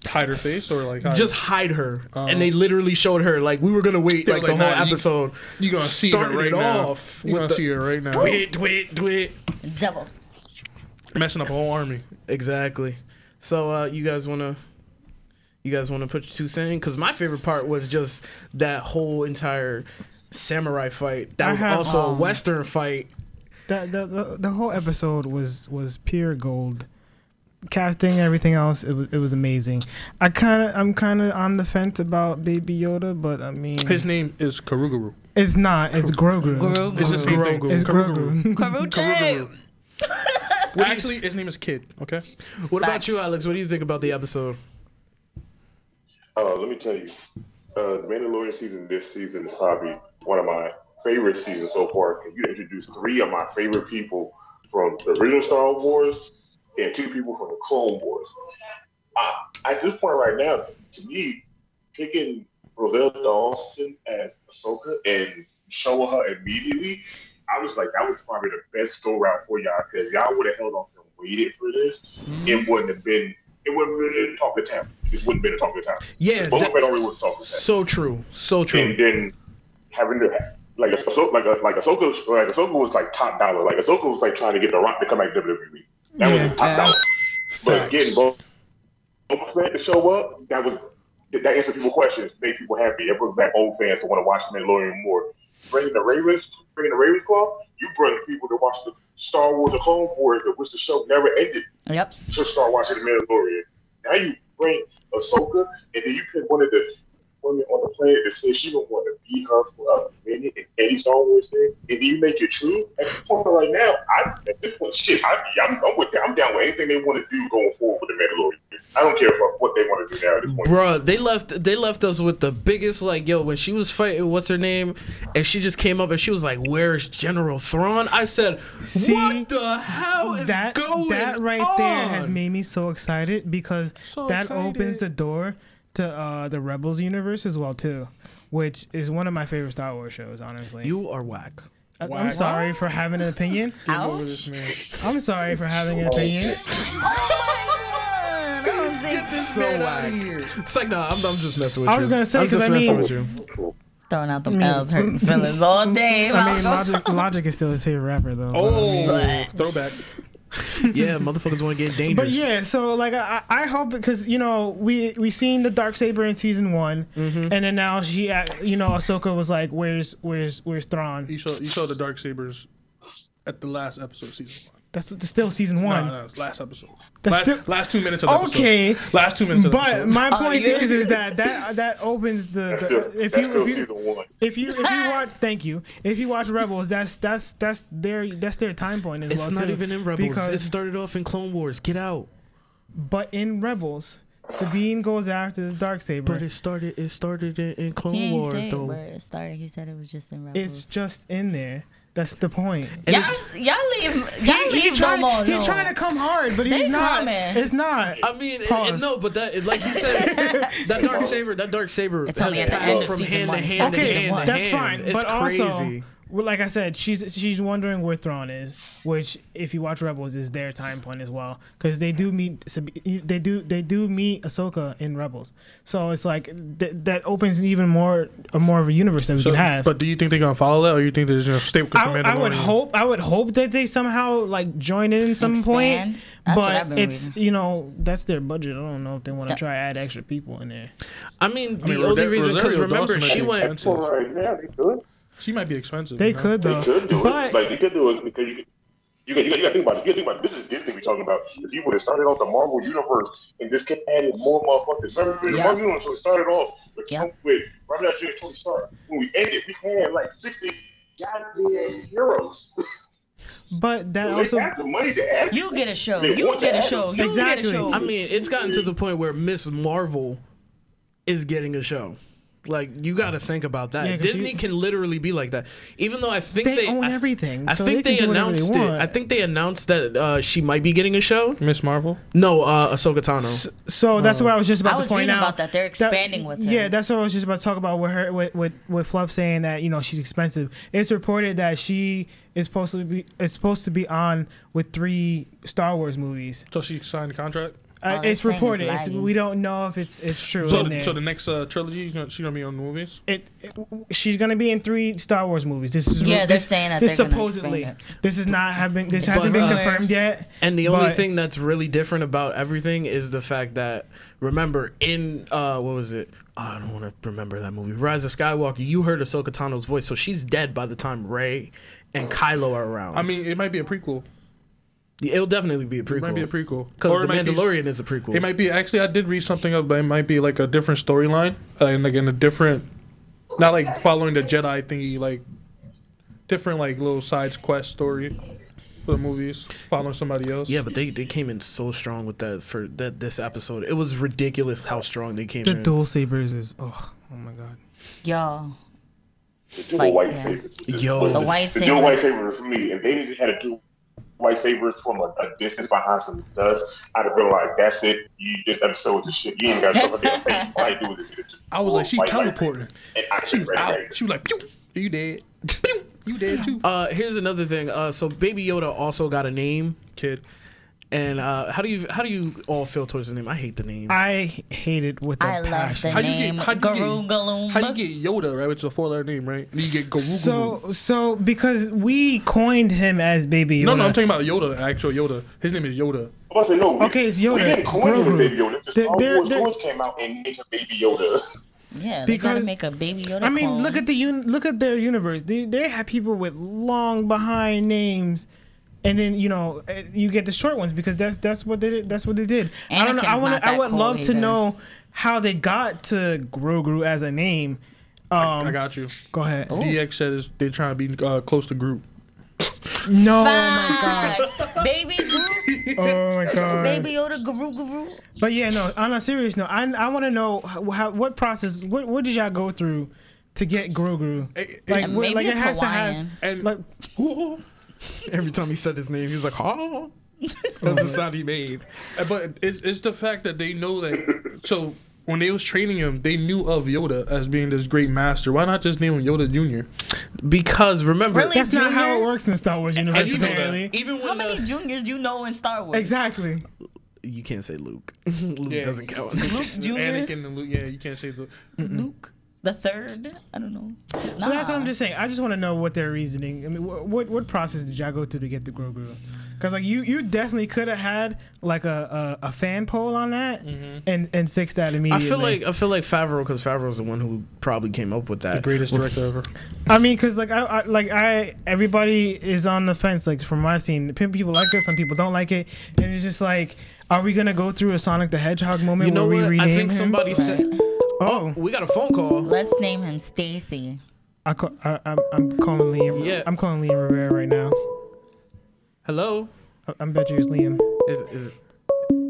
S8: Hide her face or like hide
S5: Just hide her, and they literally showed her like we were gonna wait
S8: Uh-huh.
S5: like,
S8: They were
S5: the
S8: like,
S5: whole
S8: nah, you-
S5: episode.
S8: You gonna see her
S5: started
S8: right
S5: it
S8: now.
S5: off
S8: You
S5: with
S8: gonna
S5: the-
S8: see her right now.
S5: Dwit, dwit, dwit.
S7: Double.
S8: Messing up a whole army.
S5: Exactly. So uh, you guys wanna you guys wanna put your two cents in? Because my favorite part was just that whole entire samurai fight. That
S6: I
S5: was
S6: have,
S5: also a
S6: um,
S5: western fight.
S6: That the, the the whole episode was was pure gold. Casting, everything else, it was it was amazing. I kind of I'm kind of on the fence about Baby Yoda, but I mean,
S8: His name is Karuguru.
S6: it's not. It's Grogu.
S7: Grogu.
S8: It's the same thing.
S5: Grogu.
S6: It's
S8: Karuguru.
S6: Grogu.
S7: Karuche.
S8: Actually, his name is Kid. Okay.
S5: What about you, Alex? What do you think about the episode?
S10: Uh, let me tell you, uh, the Mandalorian season this season is probably one of my favorite seasons so far. 'cause You introduced three of my favorite people from the original Star Wars and two people from the Clone Wars. I, at this point right now, to me, picking Roselda Dawson as Ahsoka and showing her immediately, I was like, that was probably the best go route for y'all because y'all would have held off and waited for this. It wouldn't have been. It wouldn't have been talk of town. This wouldn't have been a talk of town.
S5: Yeah,
S10: Boba Fett already
S5: that's
S10: was talk of town.
S5: so true, so true.
S10: And then having to like Ahsoka, like uh, like Ahsoka, like Ahsoka was like top dollar. Like Ahsoka was like trying to get the Rock to come back to WWE. That was his top dollar. But getting Boba Boba Fett to show up, that was that answered people questions, made people happy. It brought back old fans to want to watch Mandalorian more. Bringing the Ravens, bringing the Ravens Claw, you bring people to watch the Star Wars, the Clone Wars, that wish the show never ended
S7: Yep.
S10: to start watching the Mandalorian. Now you bring Ahsoka, and then you pick one of the women on the planet that says she don't want to be her for a minute and any Star Wars thing, and then you make it true. At this point right now, I at this point, shit, I, I'm, I'm with that. I'm down with anything they want to do going forward with the Mandalorian. I don't care about what they want to do now. At this point.
S5: Bruh, they left they left us with the biggest like yo when she was fighting what's her name and she just came up and she was like where's General Thrawn I said what the hell is
S6: that
S5: Oh, going
S6: that right there has
S5: on?
S6: made me so excited because
S5: So
S6: that
S5: excited.
S6: opens the door to uh, the Rebels universe as well too, which is one of my favorite Star Wars shows. Honestly,
S5: you are whack.
S6: I, am
S5: Whack.
S6: sorry for having an opinion. I'm sorry for having an opinion.
S7: Oh Get
S5: this man out of here. It's like nah, I'm, I'm just messing with you.
S6: I was gonna say,
S5: I'm
S6: 'cause
S5: just
S6: I
S5: messing
S6: mean-
S5: with you.
S7: Throwing out the
S6: I mean-
S7: L's, hurting feelings all day.
S6: I mean, Logic, Logic is still his favorite rapper though.
S5: Oh. throwback. yeah, motherfuckers want to get dangerous.
S6: But yeah, so like I, I I hope because you know we we seen the dark saber in season one,
S5: Mm-hmm.
S6: and then now she act- you know Ahsoka was like, where's where's where's Thrawn?
S8: You saw you saw the dark sabers at the last episode of season one.
S6: That's that's still season one.
S8: No, no, it's last episode.
S6: That's
S8: last,
S6: still-
S8: last two minutes of the
S6: Okay.
S8: episode. Last two minutes of the
S6: But
S8: episode.
S6: my point is, is that that that opens the, the if you
S10: still
S6: if you,
S10: season one.
S6: if you if you watch thank you if you watch Rebels that's that's that's their that's their time point as
S5: it's
S6: well.
S5: not
S6: too.
S5: even in Rebels.
S6: Because-
S5: it started off in Clone Wars. Get out.
S6: but in Rebels, Sabine goes after the dark saber.
S5: But it started. It started in, in Clone
S7: He didn't
S5: Wars
S7: say
S5: though.
S7: where it started. He said it was just in Rebels.
S6: It's just in there. That's the point.
S7: y'all, y'all leave. Y'all
S6: He-
S7: leave
S6: he tried-
S7: them alone.
S6: he tried to come hard, but
S7: They
S6: he's not.
S7: coming.
S6: It's not.
S5: I mean, it,
S6: Pause.
S5: it, no, but that, it- like he said, that dark saber, that dark saber
S7: It's
S5: has
S7: only at the end
S5: passed
S7: of
S5: from
S7: season
S5: hand
S7: one.
S5: to
S7: It's
S5: hand to
S7: okay,
S5: hand. to
S6: That's
S5: hand.
S6: fine.
S5: It's
S6: but
S5: crazy.
S6: also, well, like I said, she's she's wondering where Thrawn is, which if you watch Rebels is their time point as well, because they do meet Sab- they do they do meet Ahsoka in Rebels, so it's like th- that opens even more a more of a universe that we
S8: So-
S6: can have.
S8: But do you think they're gonna follow that, or you think they're just gonna stay with the
S6: I, I would
S8: Mandalorian?
S6: hope I would hope that they somehow like join in at some
S7: Expand.
S6: point.
S7: That's what I've
S6: but
S7: been
S6: it's you know that's their budget. I don't know if they want to try to add extra people in there.
S5: I mean, the
S8: mean,
S5: only
S8: Rosario
S5: reason because
S8: Dawson
S5: remember
S8: might
S5: she
S8: be
S5: went.
S8: expensive.
S10: Right now, they could.
S8: She might be expensive.
S6: They
S8: you know?
S6: could
S10: They
S6: though.
S10: could do
S6: But-
S10: it. Like they could do it because you. You got, you, got, you got to think about it. You got to think about it. This is Disney we're talking about. If you would have started off the Marvel universe and just kept adding more motherfuckers, remember the
S7: Yeah.
S10: Marvel universe started off with,
S7: Yeah.
S10: with Robert Downey Jr. and Tony Stark. When we ended, we had like sixty goddamn heroes.
S6: But that
S10: They
S6: also
S10: have the money to add.
S7: You get a show.
S10: They
S7: You
S10: want
S7: get a
S10: that.
S7: show. You get
S6: Exactly.
S7: a show.
S5: I mean, it's gotten to the point where Miss Marvel is getting a show. Like you got to think about that.
S6: Yeah, 'cause
S5: Disney
S6: you-
S5: can literally be like that. Even though I think
S6: They
S5: they,
S6: own
S5: I-
S6: everything,
S5: I
S6: so
S5: think
S6: they
S5: they,
S6: can do whatever they
S5: announced it.
S6: want.
S5: I think they announced that uh, she might be getting a show.
S8: Miss Marvel.
S5: No, uh, Ahsoka Tano.
S6: So
S5: Hmm.
S6: that's what I was just about
S7: I
S6: to
S7: was
S6: point
S7: reading
S6: out.
S7: about that. They're expanding with her.
S6: Yeah, that's what I was just about to talk about with her with with, with Fluff saying that you know she's expensive. It's reported that she is supposed to be is supposed to be on with three Star Wars movies.
S8: So she signed a contract.
S6: Uh,
S7: Oh, they're
S6: it's
S7: saying it's
S6: reported. It's,
S7: lagging.
S6: we don't know if it's it's true.
S8: So,
S6: in there.
S8: so the next uh, trilogy, she's gonna, she's gonna be on the movies.
S6: it, it- she's gonna be in three Star Wars movies. This is
S7: Yeah, they're
S6: this,
S7: saying that
S6: this
S7: they're gonna
S6: supposedly
S7: expand
S6: this is not have been this hasn't been
S5: uh,
S6: confirmed yet.
S5: And the only
S6: but-
S5: thing that's really different about everything is the fact that remember in uh what was it? I don't want to remember that movie. Rise of Skywalker. You heard Ahsoka Tano's voice, so she's dead by the time Ray and Kylo are around.
S8: I mean, it might be a prequel.
S5: It'll definitely be a
S8: It might be a
S5: prequel
S8: prequel.
S5: because The
S8: it might be-
S5: Mandalorian is a prequel.
S8: It might be actually. I did read something up, but it might be like a different storyline uh, and like in a different, not like following the Jedi thingy, like different like little side quest story for the movies, following somebody else.
S5: yeah, but they, they came in so strong with that for that this episode. It was ridiculous how strong they came
S6: the
S5: in.
S6: dual sabers is oh oh my god.
S7: y'all.
S10: The dual
S7: Like,
S10: white
S7: yeah.
S10: sabers.
S5: Yo.
S7: The white
S10: dual
S7: saber.
S10: white saber for me. If they didn't had a dual
S11: lightsabers from a, a distance behind some dust, I'd have been like, "That's it. You this episode is shit. You ain't got to shove in their face. All you do is just
S8: I was like,
S10: Oh
S8: she
S11: White
S8: teleported.
S11: She was
S8: out. She was like, Pew, you dead. Pew, you dead too.
S5: Uh, here's another thing. Uh, so Baby Yoda also got a name, kid. And uh, how do you how do you all feel towards the name? I hate the name.
S6: I hate it with a
S7: I love
S6: passion.
S7: the name
S8: Garoogaloom. How do you get Yoda right? It's a four letter name, right? And you get Garugaloo.
S6: So, so because we coined him as Baby Yoda.
S8: no, no, I'm talking about Yoda, actual Yoda. His name is Yoda.
S11: I say no.
S6: Okay, it's Yoda.
S11: We didn't coin him
S6: Grogu.
S11: with Baby Yoda. The
S6: There-
S11: Star
S6: there-
S11: Wars
S6: there-
S11: toys came out and named him Baby Yoda.
S7: Yeah, they
S6: Because-
S7: gotta make a baby Yoda.
S6: I mean,
S7: clone.
S6: look at the un- look at their universe. They they have people with long behind names, and then you know eh, you get the short ones because that's that's what they did. That's what they did. I don't know. I
S7: Anakin's
S6: want
S7: not
S6: I
S7: that
S6: would
S7: cool
S6: love
S7: either.
S6: to know how they got to Grogu as a name. Um,
S8: I got you.
S6: Go ahead.
S7: Oh.
S8: DX said is they're trying to be uh, close to group.
S6: No,
S7: Facts. Oh baby Groot,
S6: oh my god.
S7: baby Yoda, Guru Guru.
S6: But yeah, no. On a serious note, I I want to know how, how, what process, what what did y'all go through to get Grogu? Like,
S7: Yeah,
S6: what-
S7: maybe
S6: like it
S7: it's
S6: has
S7: Hawaiian.
S6: to have. like,
S5: Every time he said his name, he was like, "Oh." That's the sound he made.
S8: Uh, But it's, it's the fact that they know that. so when they was training him, they knew of Yoda as being this great master. Why not just name him Yoda Junior?
S5: Because remember,
S7: Really?
S6: that's not how it
S7: Junior?
S6: works in Star Wars universe.
S8: you know that.
S6: Apparently,
S5: even
S7: How
S5: when
S7: many
S5: uh,
S7: juniors do you know in Star Wars?
S6: exactly.
S5: you can't say Luke, Luke
S8: Yeah.
S5: doesn't count.
S7: Luke Junior,
S8: Anakin and Luke. Yeah, you can't say the.
S7: Luke the third. I don't know.
S6: So that's what
S7: Ah.
S6: I'm just saying. I just want to know what their reasoning. I mean, wh- what what process did y'all go through to get the Grogu? Because like you you definitely could have had like a, a a fan poll on that and and fix that
S5: I
S6: immediately.
S5: feel like I feel like Favreau because Favreau's the one who probably came up with that.
S8: The greatest director ever.
S6: I mean, cause like I, I like I everybody is on the fence. Like from my scene, P- people like it, some people don't like it, and it's just like, are we gonna go through a Sonic the Hedgehog moment
S5: You know
S6: where
S5: what?
S6: we rename
S5: I think
S6: him?
S5: somebody said.
S6: Oh,
S5: We got a phone call.
S7: Let's name him Stacy.
S6: I call, I, I'm I'm calling Liam.
S5: Yeah.
S6: I'm calling Liam Rivera right now.
S5: Hello.
S6: I, I bet you it's Liam.
S5: Is is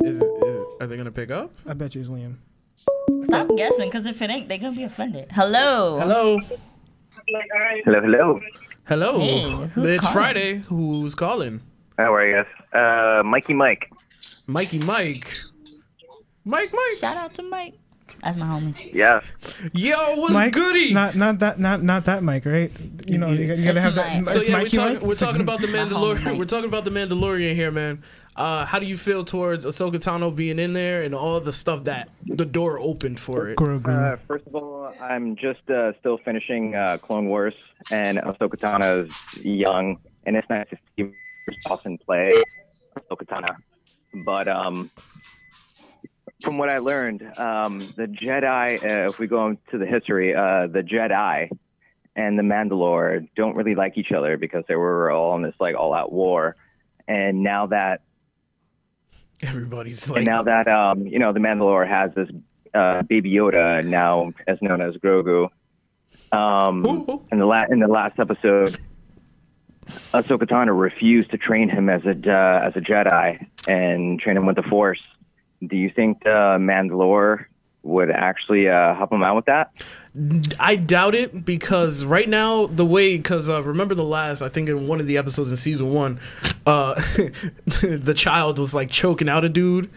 S5: is, is, is are they gonna pick up?
S6: I bet you it's Liam.
S7: Stop guessing, cause if it ain't, they gonna be offended. Hello.
S5: Hello.
S12: Hello, hello.
S5: Hello.
S7: Hey, who's
S5: it's
S7: calling?
S5: Friday. Who's calling?
S12: How are you guys? Uh, Mikey Mike.
S5: Mikey Mike. Mike Mike.
S7: Shout out to Mike. That's my homie.
S12: Yeah.
S5: Yo, what's
S6: Mike,
S5: goody?
S6: Not not that not not that Mike, right? You know, you, gotta- you gotta have
S7: It's Mike.
S6: that.
S5: so
S6: it's
S5: yeah, we're,
S6: Mikey
S5: talking,
S6: Mike?
S5: we're talking about the
S7: homie
S5: Mandalorian.
S7: Oh, Mike.
S5: We're talking about the Mandalorian here, man. Uh, how do you feel towards Ahsoka Tano being in there and all the stuff that the door opened for it?
S6: Grogu.
S12: Uh, first of all, I'm just uh, still finishing uh, Clone Wars, and Ahsoka Tano is young, and it's nice to see her often play Ahsoka Tano. But um, from what I learned, um, the Jedi, uh, if we go into the history, uh, the Jedi and the Mandalore don't really like each other because they were all in this like all-out war, and now that
S5: Everybody's
S12: and
S5: like,
S12: now that um, you know the Mandalore has this uh, Baby Yoda, now as known as Grogu, um,
S5: Who?
S12: in the la- in the last episode, Ahsoka Tano refused to train him as a uh, as a Jedi and train him with the Force. Do you think the Mandalore would actually uh, help him out with that?
S5: I doubt it because right now the way because uh, remember the last I think in one of the episodes in season one, uh, the child was like choking out a dude,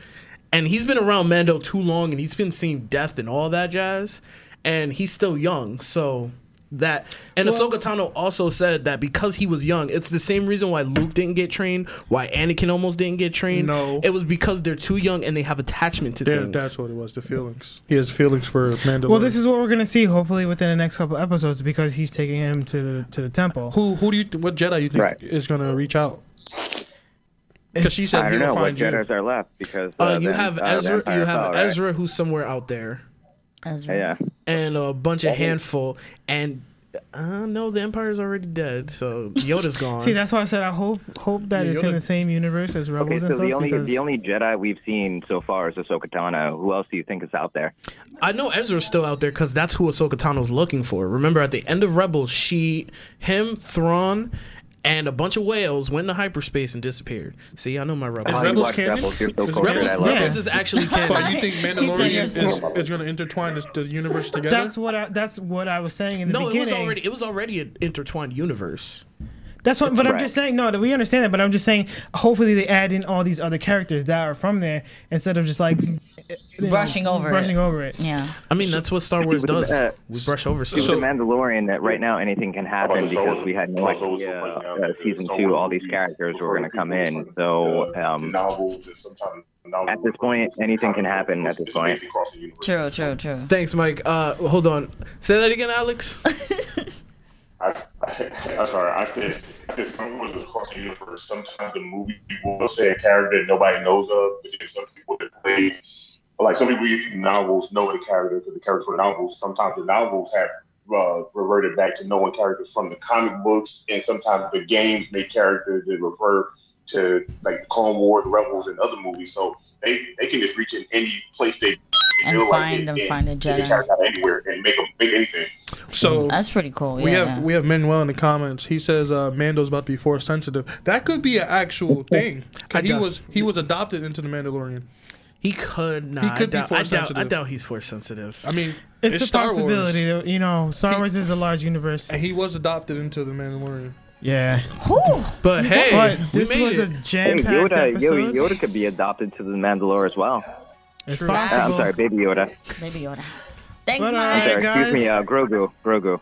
S5: and he's been around Mando too long and he's been seeing death and all that jazz, and he's still young so. That and Ahsoka Tano also said that because he was young, it's the same reason why Luke didn't get trained, why Anakin almost didn't get trained.
S8: No.
S5: it was because they're too young and they have attachment to
S8: Yeah,
S5: things.
S8: that's what it was. The feelings. He has feelings for Mandalorian.
S6: Well, this is what we're gonna see hopefully within the next couple episodes because he's taking him to the to the temple.
S8: who who do you th- what Jedi you think
S12: Right.
S8: is gonna reach out? Because she
S12: I
S8: said
S12: don't know
S8: he'll
S12: what
S8: find you.
S12: Jedi's are left because uh,
S5: Uh, you
S12: the-
S5: have
S12: uh, the
S5: Ezra.
S12: Empire
S5: You have
S12: fell, right?
S5: Ezra, who's somewhere out there,
S7: Ezra.
S12: Yeah.
S5: and a bunch of handful. And uh, no, the Empire's already dead, so Yoda's gone.
S6: See, that's why I said I hope hope that
S8: Yeah,
S6: it's
S8: Yoda-
S6: in the same universe as Rebels
S12: Okay, so
S6: and stuff.
S12: the only
S6: because
S12: the only Jedi we've seen so far is Ahsoka Tano. Who else do you think is out there?
S5: I know Ezra's still out there because that's who Ahsoka Tano's looking for. Remember, at the end of Rebels, she, him, Thrawn, and a bunch of whales went into hyperspace and disappeared. See, I know my Rebels.
S12: Oh, you
S8: Rebels
S12: watch
S8: canon?
S12: Rebels, you're so
S8: Is
S12: cultured, I
S8: Rebels-
S12: love it.
S5: Rebels is actually
S8: But
S5: canon.
S8: you think Mandalorian is, is gonna intertwine this, the universe together?
S6: that's what I, that's what I was saying in the
S5: no, it
S6: beginning.
S5: was already it was already an intertwined universe.
S6: That's what.
S13: It's
S6: but I'm
S13: right.
S6: just saying. No, that we understand that. But I'm just saying. Hopefully, they add in all these other characters that are from there instead of just like
S7: Brushing over it.
S6: Brushing over it.
S7: Yeah.
S5: I mean, that's what Star
S12: It
S5: Wars
S12: was,
S5: does.
S12: uh,
S5: we brush over
S12: It was
S5: stuff.
S12: the Mandalorian that right now anything can happen because we had no idea uh, season two all these characters were going to come in. So
S10: uh,
S12: um, at this point, anything can happen. At this point,
S7: True, true, true.
S5: Thanks, Mike. Uh, hold on. Say that again, Alex.
S10: I'm sorry. I said I said Star Wars was across the universe. Sometimes the movie will say a character that nobody knows of, but then some people that play, like some people in novels know the character because the character for the novels. Sometimes the novels have uh, reverted back to knowing characters from the comic books, and sometimes the games make characters that refer to like Clone Wars, Rebels, and other movies. So they they can just reach in any place they.
S7: And
S10: feel like
S7: find
S10: it
S7: them,
S10: and
S7: find a
S10: take
S7: Jedi.
S10: character out of anywhere and make them make anything.
S8: So
S7: that's pretty cool.
S8: we
S7: yeah,
S8: have
S7: yeah.
S8: we have Manuel in the comments. He says uh, Mando's about to be force sensitive. That could be an
S6: Oh,
S8: actual thing. 'Cause
S5: I
S8: he
S5: doubt-
S8: was he was adopted into the Mandalorian.
S5: He could not.
S8: He
S5: I
S8: could be
S5: doubt- I
S8: force
S5: doubt, I
S8: sensitive. Uh,
S5: doubt he's force sensitive.
S8: I mean,
S6: It's,
S8: it's
S6: a
S8: Star Wars.
S6: possibility. though, You know, Star Wars is a large universe.
S8: And he was adopted into the Mandalorian.
S6: Yeah.
S5: But
S8: hey,
S6: But
S8: we
S6: this
S8: made
S6: was
S8: it.
S6: a
S12: Hey,
S6: jam packed
S12: Yoda, Yo-
S6: episode.
S12: Yoda could be adopted to the Mandalore as well.
S6: It's
S12: Uh, I'm
S6: possible.
S12: sorry, Baby Yoda.
S7: Baby Yoda. Thanks,
S6: But, uh,
S7: Mike.
S12: I'm sorry,
S6: guys.
S12: excuse me, uh, Grogu. Grogu.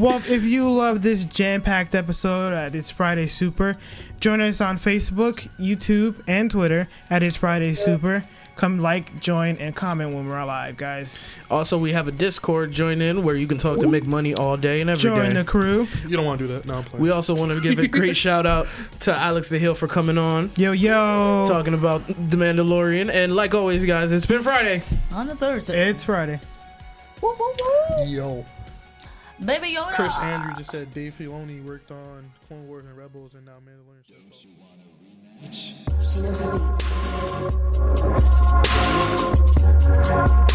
S6: well, if you love this jam-packed episode at It's Friday Super, join us on Facebook, YouTube, and Twitter at It's Friday Super. Come like, join, and comment when we're live, guys.
S5: Also, we have a Discord join in where you can talk to Make Money all day and every day.
S6: Join the crew.
S8: You don't want to do that. No, I'm playing.
S5: We also want to give a great shout out to Alex the Hill for coming on.
S6: Yo, yo.
S5: Talking about The Mandalorian. And like always, guys, it's been Friday.
S7: On a Thursday.
S6: It's Friday.
S7: Woo, woo, woo.
S8: Yo.
S7: Baby Yoda.
S8: Chris Andrew just said Dave Filoni worked on Clone Wars and Rebels and now Mandalorian.
S14: Thanks.